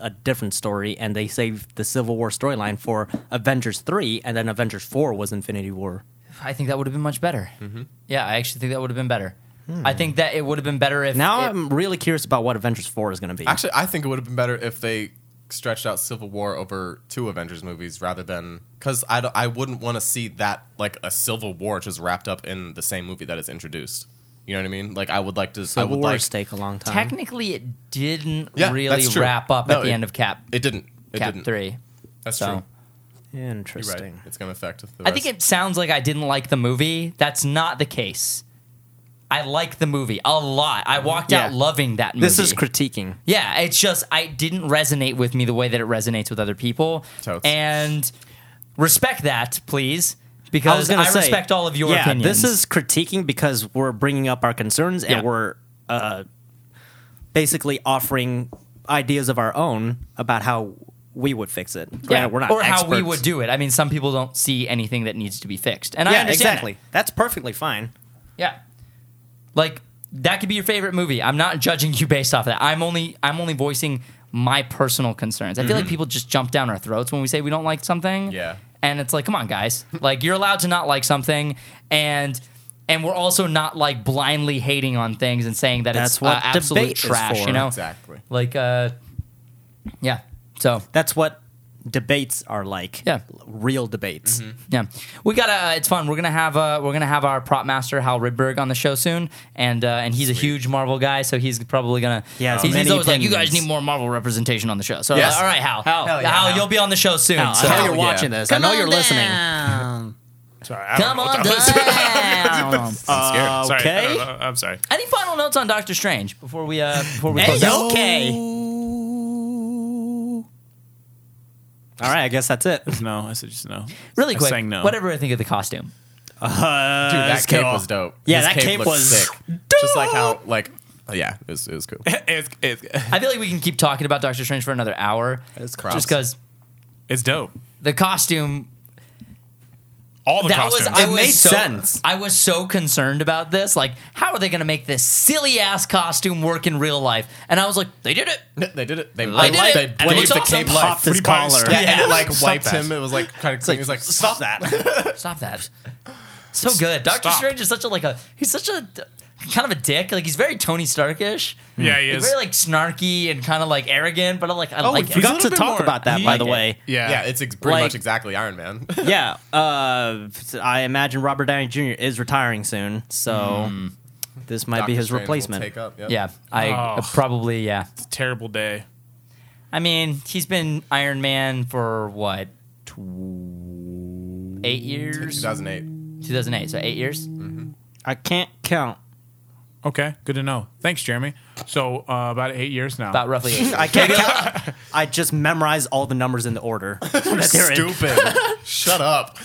D: a different story and they saved the Civil War storyline for Avengers three and then Avengers four was Infinity War?
A: I think that would have been much better.
E: Mm-hmm.
A: Yeah, I actually think that would have been better. I
E: Hmm.
A: think that it would have been better if
D: Now
A: it-
D: I'm really curious about what Avengers four is going to be.
E: Actually, I think it would have been better if they stretched out Civil War over two Avengers movies rather than because I, don't- I wouldn't want to see that like a Civil War just wrapped up in the same movie that is introduced. You know what I mean? Like I would like to. I
D: Civil
E: would
D: Wars
E: like.
D: take a long time.
A: Technically, it didn't
E: Yeah,
A: really
E: that's true.
A: wrap up
E: No,
A: at the
E: it-
A: end of Cap
E: it didn't. It
A: Cap
E: didn't.
A: Three.
E: That's
A: so.
E: true. You're
D: Interesting.
E: right. It's gonna affect. The
A: I think it sounds like I didn't like the movie. That's not the case. I like the movie a lot. I walked out
D: Mm-hmm. Yeah.
A: loving that movie.
D: This is critiquing.
A: yeah. It's just I didn't resonate with me the way that it resonates with other people,
E: Totes.
A: and respect that, please,
D: I
A: because
D: was
A: I,
D: going to say
A: respect all of your
D: yeah,
A: opinions.
D: This is critiquing because we're bringing up our concerns
A: Yeah.
D: and we're uh, basically offering ideas of our own about how we would fix it. Granted, we're not
A: or how we
D: experts.
A: would do it. I mean, some people don't see anything that needs to be fixed, and I
D: Yeah,
A: understand that.
D: exactly. That's perfectly fine.
A: Yeah. Like that could be your favorite movie. I'm not judging you based off of that. I'm only I'm only voicing my personal concerns. I feel
D: Mm-hmm.
A: like people just jump down our throats when we say we don't like something.
E: Yeah.
A: And it's like, come on, guys. like you're allowed to not like something and and we're also not like blindly hating on things and saying that it's
D: That's what
A: uh, absolute
D: debate is
A: trash,
D: for.
A: you know?
E: exactly.
A: Like uh yeah. So
D: That's what debates are like
A: Yeah. Mm-hmm.
D: real debates.
A: Yeah, we gotta. Uh, it's fun. We're gonna have uh, we're gonna have our prop master Hal Rydberg on the show soon, and uh, and he's a huge Marvel guy, so he's probably gonna.
D: He has
A: he's, he's
D: many
A: always like, you guys
D: opinions."
A: need more Marvel representation on the show. So
E: Yes.
A: uh, all right, Hal, Hal,
D: yeah,
A: Hal,
D: Hal.
A: you'll be on the show soon. so.
D: I know you're
E: yeah.
D: watching this. I know you're listening.
F: Sorry, I don't
A: Come
F: know what
A: on
F: that was.
A: down.
F: I'm scared. Sorry,
D: okay.
F: I don't know. Uh, I'm sorry.
A: Any final notes on Doctor Strange before we uh before we
D: Hey,
A: close out?
D: okay. All right, I guess that's it.
F: No, I said just no.
A: Really
F: I
A: quick,
F: sang no.
A: whatever I think of the costume.
D: Uh,
E: Dude, that
D: let's
E: cape
D: go.
E: was dope.
D: Yeah,
E: His
D: that cape
E: looked
D: was
E: sick. Just like how, like, yeah, it was, it was cool.
F: it's, it's,
A: I feel like we can keep talking about Doctor Strange for another hour,
E: It's
A: just because
F: it's dope.
A: the costume
F: All the
A: that
F: costumes.
A: was I
D: It
A: was
D: made
A: so,
D: sense.
A: I was so concerned about this. Like, how are they going to make this silly ass costume work in real life? And I was like, they did it.
E: they did it. They,
A: I did it.
E: like, they
A: And it
E: blazed
A: looks
E: the
A: awesome.
E: cape
A: Pop
E: life.
D: Popped his
F: Free Pirates
D: collar.
E: Yeah,
F: Three.
E: and it like
F: Stop
E: wiped
F: that.
E: him. It was like kind of clean. He was like,
D: Stop that.
A: Stop that. So good. Doctor
F: Stop.
A: Strange is such a like a he's such a kind of a dick. Like he's very Tony Starkish.
F: Yeah, he
A: He's
F: is.
A: very like snarky and kind of like arrogant, but I like I
D: Oh,
A: like
D: we
A: it.
D: forgot
F: He's a little
D: to
F: bit
D: talk
F: more-
D: about that,
F: he-
D: by the way.
F: yeah.
E: yeah, it's ex- pretty
D: Like-
E: much exactly Iron Man.
D: Yeah, uh, I imagine Robert Downey Jr. is retiring soon, so this might be his replacement.
E: Take up. Yep.
A: yeah, I uh,
F: Oh.
A: probably yeah.
F: terrible day.
A: I mean, he's been Iron Man for what? Tw- eight years?
E: 2008.
A: 2008. So eight years.
D: I can't count.
F: Okay, good to know. Thanks, Jeremy. So uh, about eight years now.
A: About roughly. Eight years.
D: I can't count. I just memorize all the numbers in the order that they're in.
E: Stupid. Shut up.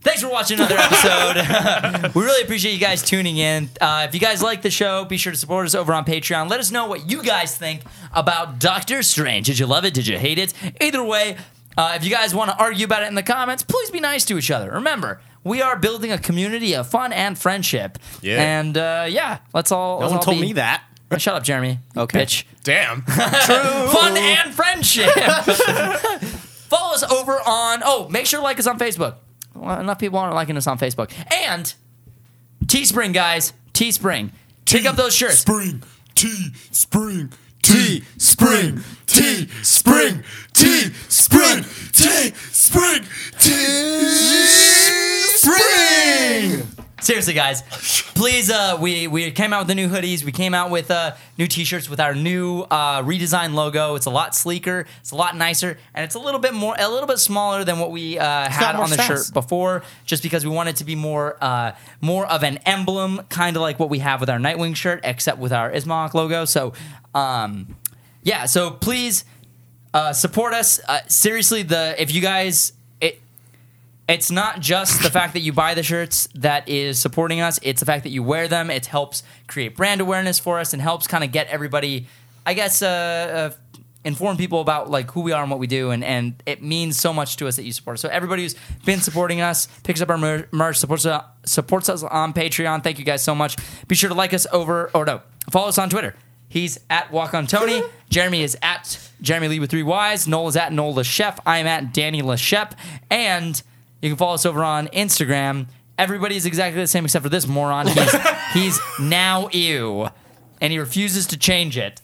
A: Thanks for watching another episode. we really appreciate you guys tuning in. Uh, if you guys like the show, be sure to support us over on Patreon. Let us know what you guys think about Doctor Strange. Did you love it? Did you hate it? Either way, uh, if you guys want to argue about it in the comments, please be nice to each other. Remember, we are building a community of fun and friendship.
E: Yeah.
A: And uh, yeah, let's all.
D: No
A: let's
D: one
A: all
D: told
A: be-
D: me that.
A: Shut up, Jeremy.
D: Okay.
A: Bitch
E: Damn.
A: fun and friendship. Follow us over on. Oh, make sure to like us on Facebook. Well, enough people aren't liking us on Facebook. And Teespring, guys, Teespring. Pick up those shirts.
E: Spring. Tea. Spring. Tea. Spring. Tea. Spring. Tea. Spring. Tea. Spring. Tea. Spring.
A: Seriously, guys, please. Uh, we we came out with the new hoodies. We came out with uh, new T-shirts with our new uh, redesigned logo. It's a lot sleeker. It's a lot nicer, and it's a little bit more, a little bit smaller than what we uh, had
D: got more
A: on the
D: sass.
A: shirt before, just because we want it to be more uh, more of an emblem, kind of like what we have with our Nightwing shirt, except with our Ismok logo. So, um, yeah. So please uh, support us. Uh, seriously, the if you guys. It, it's not just the fact that you buy the shirts that is supporting us it's the fact that you wear them it helps create brand awareness for us and helps kind of get everybody i guess uh, uh, inform people about like who we are and what we do and, and it means so much to us that you support us so everybody who's been supporting us picks up our mer- merch supports, uh, supports us on patreon thank you guys so much be sure to like us over or no follow us on twitter He's at Walk on Tony. Jeremy is at Jeremy Lee with three Y's. Noel is at Noel LeChef. I am at Danny LeChef. And you can follow us over on Instagram. Everybody is exactly the same except for this moron. He's, he's now ew. And he refuses to change it.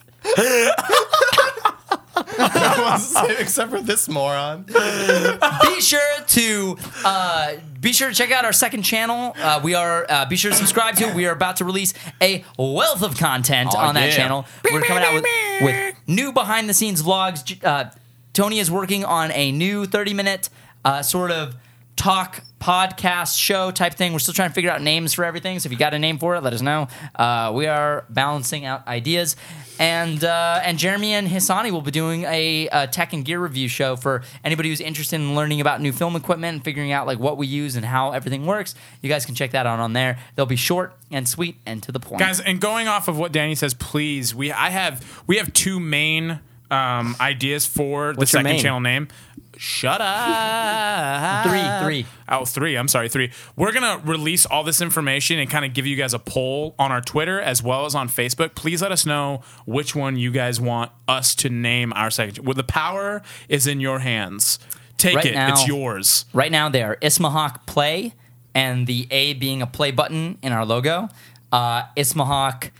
E: Except for this moron.
A: Be sure to uh, be sure to check out our second channel. Uh, we are uh, be sure to subscribe to. We are about to release a wealth of content on that
E: yeah.
A: channel. We're coming out with, with new behind the scenes vlogs. J- Uh, Tony is working on a new thirty minute uh, sort of talk podcast show type thing. We're still trying to figure out names for everything. So if you got a name for it, let us know. Uh, we are balancing out ideas. And uh, and Jeremy and Hisani will be doing a, uh tech and gear review show for anybody who's interested in learning about new film equipment and figuring out like what we use and how everything works. You guys can check that out on there. They'll be short and sweet and to the point.
F: guys and going off of what danny says please we i have we have two main um, ideas for
D: What's
F: the
D: your
F: second
D: main?
F: channel name shut up
A: Three, three.
F: oh three i'm sorry three we're gonna release all this information and kind of give you guys a poll on our twitter as well as on facebook please let us know which one you guys want us to name our second well, the power is in your hands take
A: Right
F: it
A: now.
F: it's yours
A: Right now, they are Ismahawk Play, and the A being a play button in our logo. Uh, Ismahawk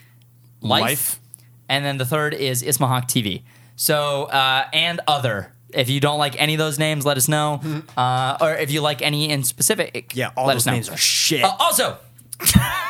A: Life,
F: Life.
A: and then the third is Ismahawk TV. So uh, and other. If you don't like any of those names, let us know. Uh, or if you like any in specific,
D: Mm-hmm. Yeah, all
A: let
D: those
A: us know.
D: names are shit.
A: Uh, also,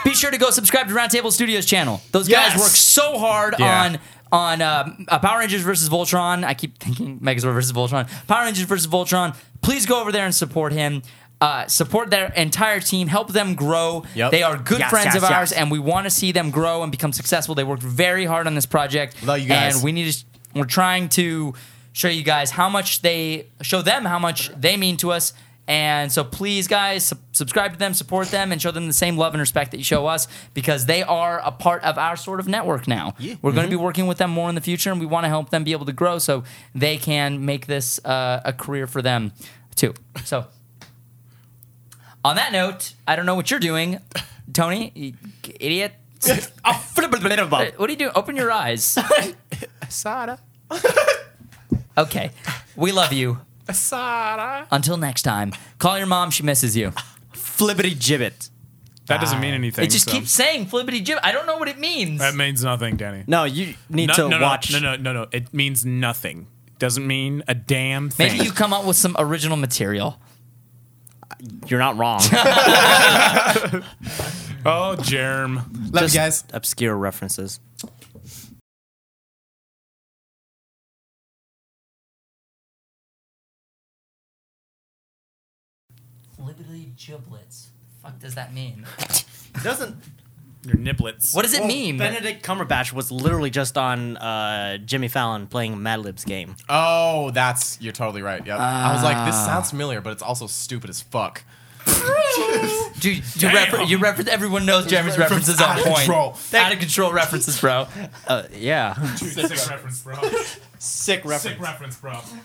A: be sure to go subscribe to Roundtable Studios channel. Those guys
D: Yes.
A: work so hard
F: Yeah.
A: on on um, uh, Power Rangers versus Voltron. I keep thinking Megazord versus Voltron. Power Rangers versus Voltron. Please go over there and support him. Uh, support their entire team. Help them grow.
E: Yep.
A: They are good
D: Yes,
A: friends
D: yes,
A: of ours,
D: yes.
A: and we want to see them grow and become successful. They worked very hard on this project,
E: Love you guys.
A: and we need to. We're trying to show you guys how much they show them how much they mean to us. And so, please, guys, sub- subscribe to them, support them, and show them the same love and respect that you show us because they are a part of our sort of network now. We're going to
E: Mm-hmm.
A: be working with them more in the future, and we want to help them be able to grow so they can make this uh, a career for them too. So, on that note, I don't know what you're doing, Tony, you idiot. Uh, What are you doing? Open your eyes.
E: Asada.
A: Okay. We love you.
E: Asada.
A: Until next time, call your mom. She misses you.
D: Flippity gibbet.
F: That doesn't mean anything.
A: It just
F: so-
A: keeps saying flippity jib. I don't know what it means.
F: That means nothing, Danny.
D: No, you need
F: No,
D: to
F: no, no,
D: watch.
F: No, no, no, no. It means nothing. Doesn't mean a damn thing.
A: Maybe you come up with some original material.
D: You're not wrong.
F: oh, germ.
E: Love
D: Just
E: you guys.
D: Obscure references.
A: Flippity giblets. Fuck does that mean?
D: Doesn't
F: Your niblets.
A: What does it mean?
D: Benedict Cumberbatch was literally just on uh, Jimmy Fallon playing Mad Lib's game.
E: Oh, that's you're totally right. Yep. I was like, this sounds familiar, but it's also stupid as fuck.
A: Dude, you refer- you refer- everyone knows Jeremy's references on
E: out of
A: point.
E: control.
A: Out of control references, bro.
D: Yeah.
F: Sick reference, bro.
D: Sick reference.
F: reference, bro.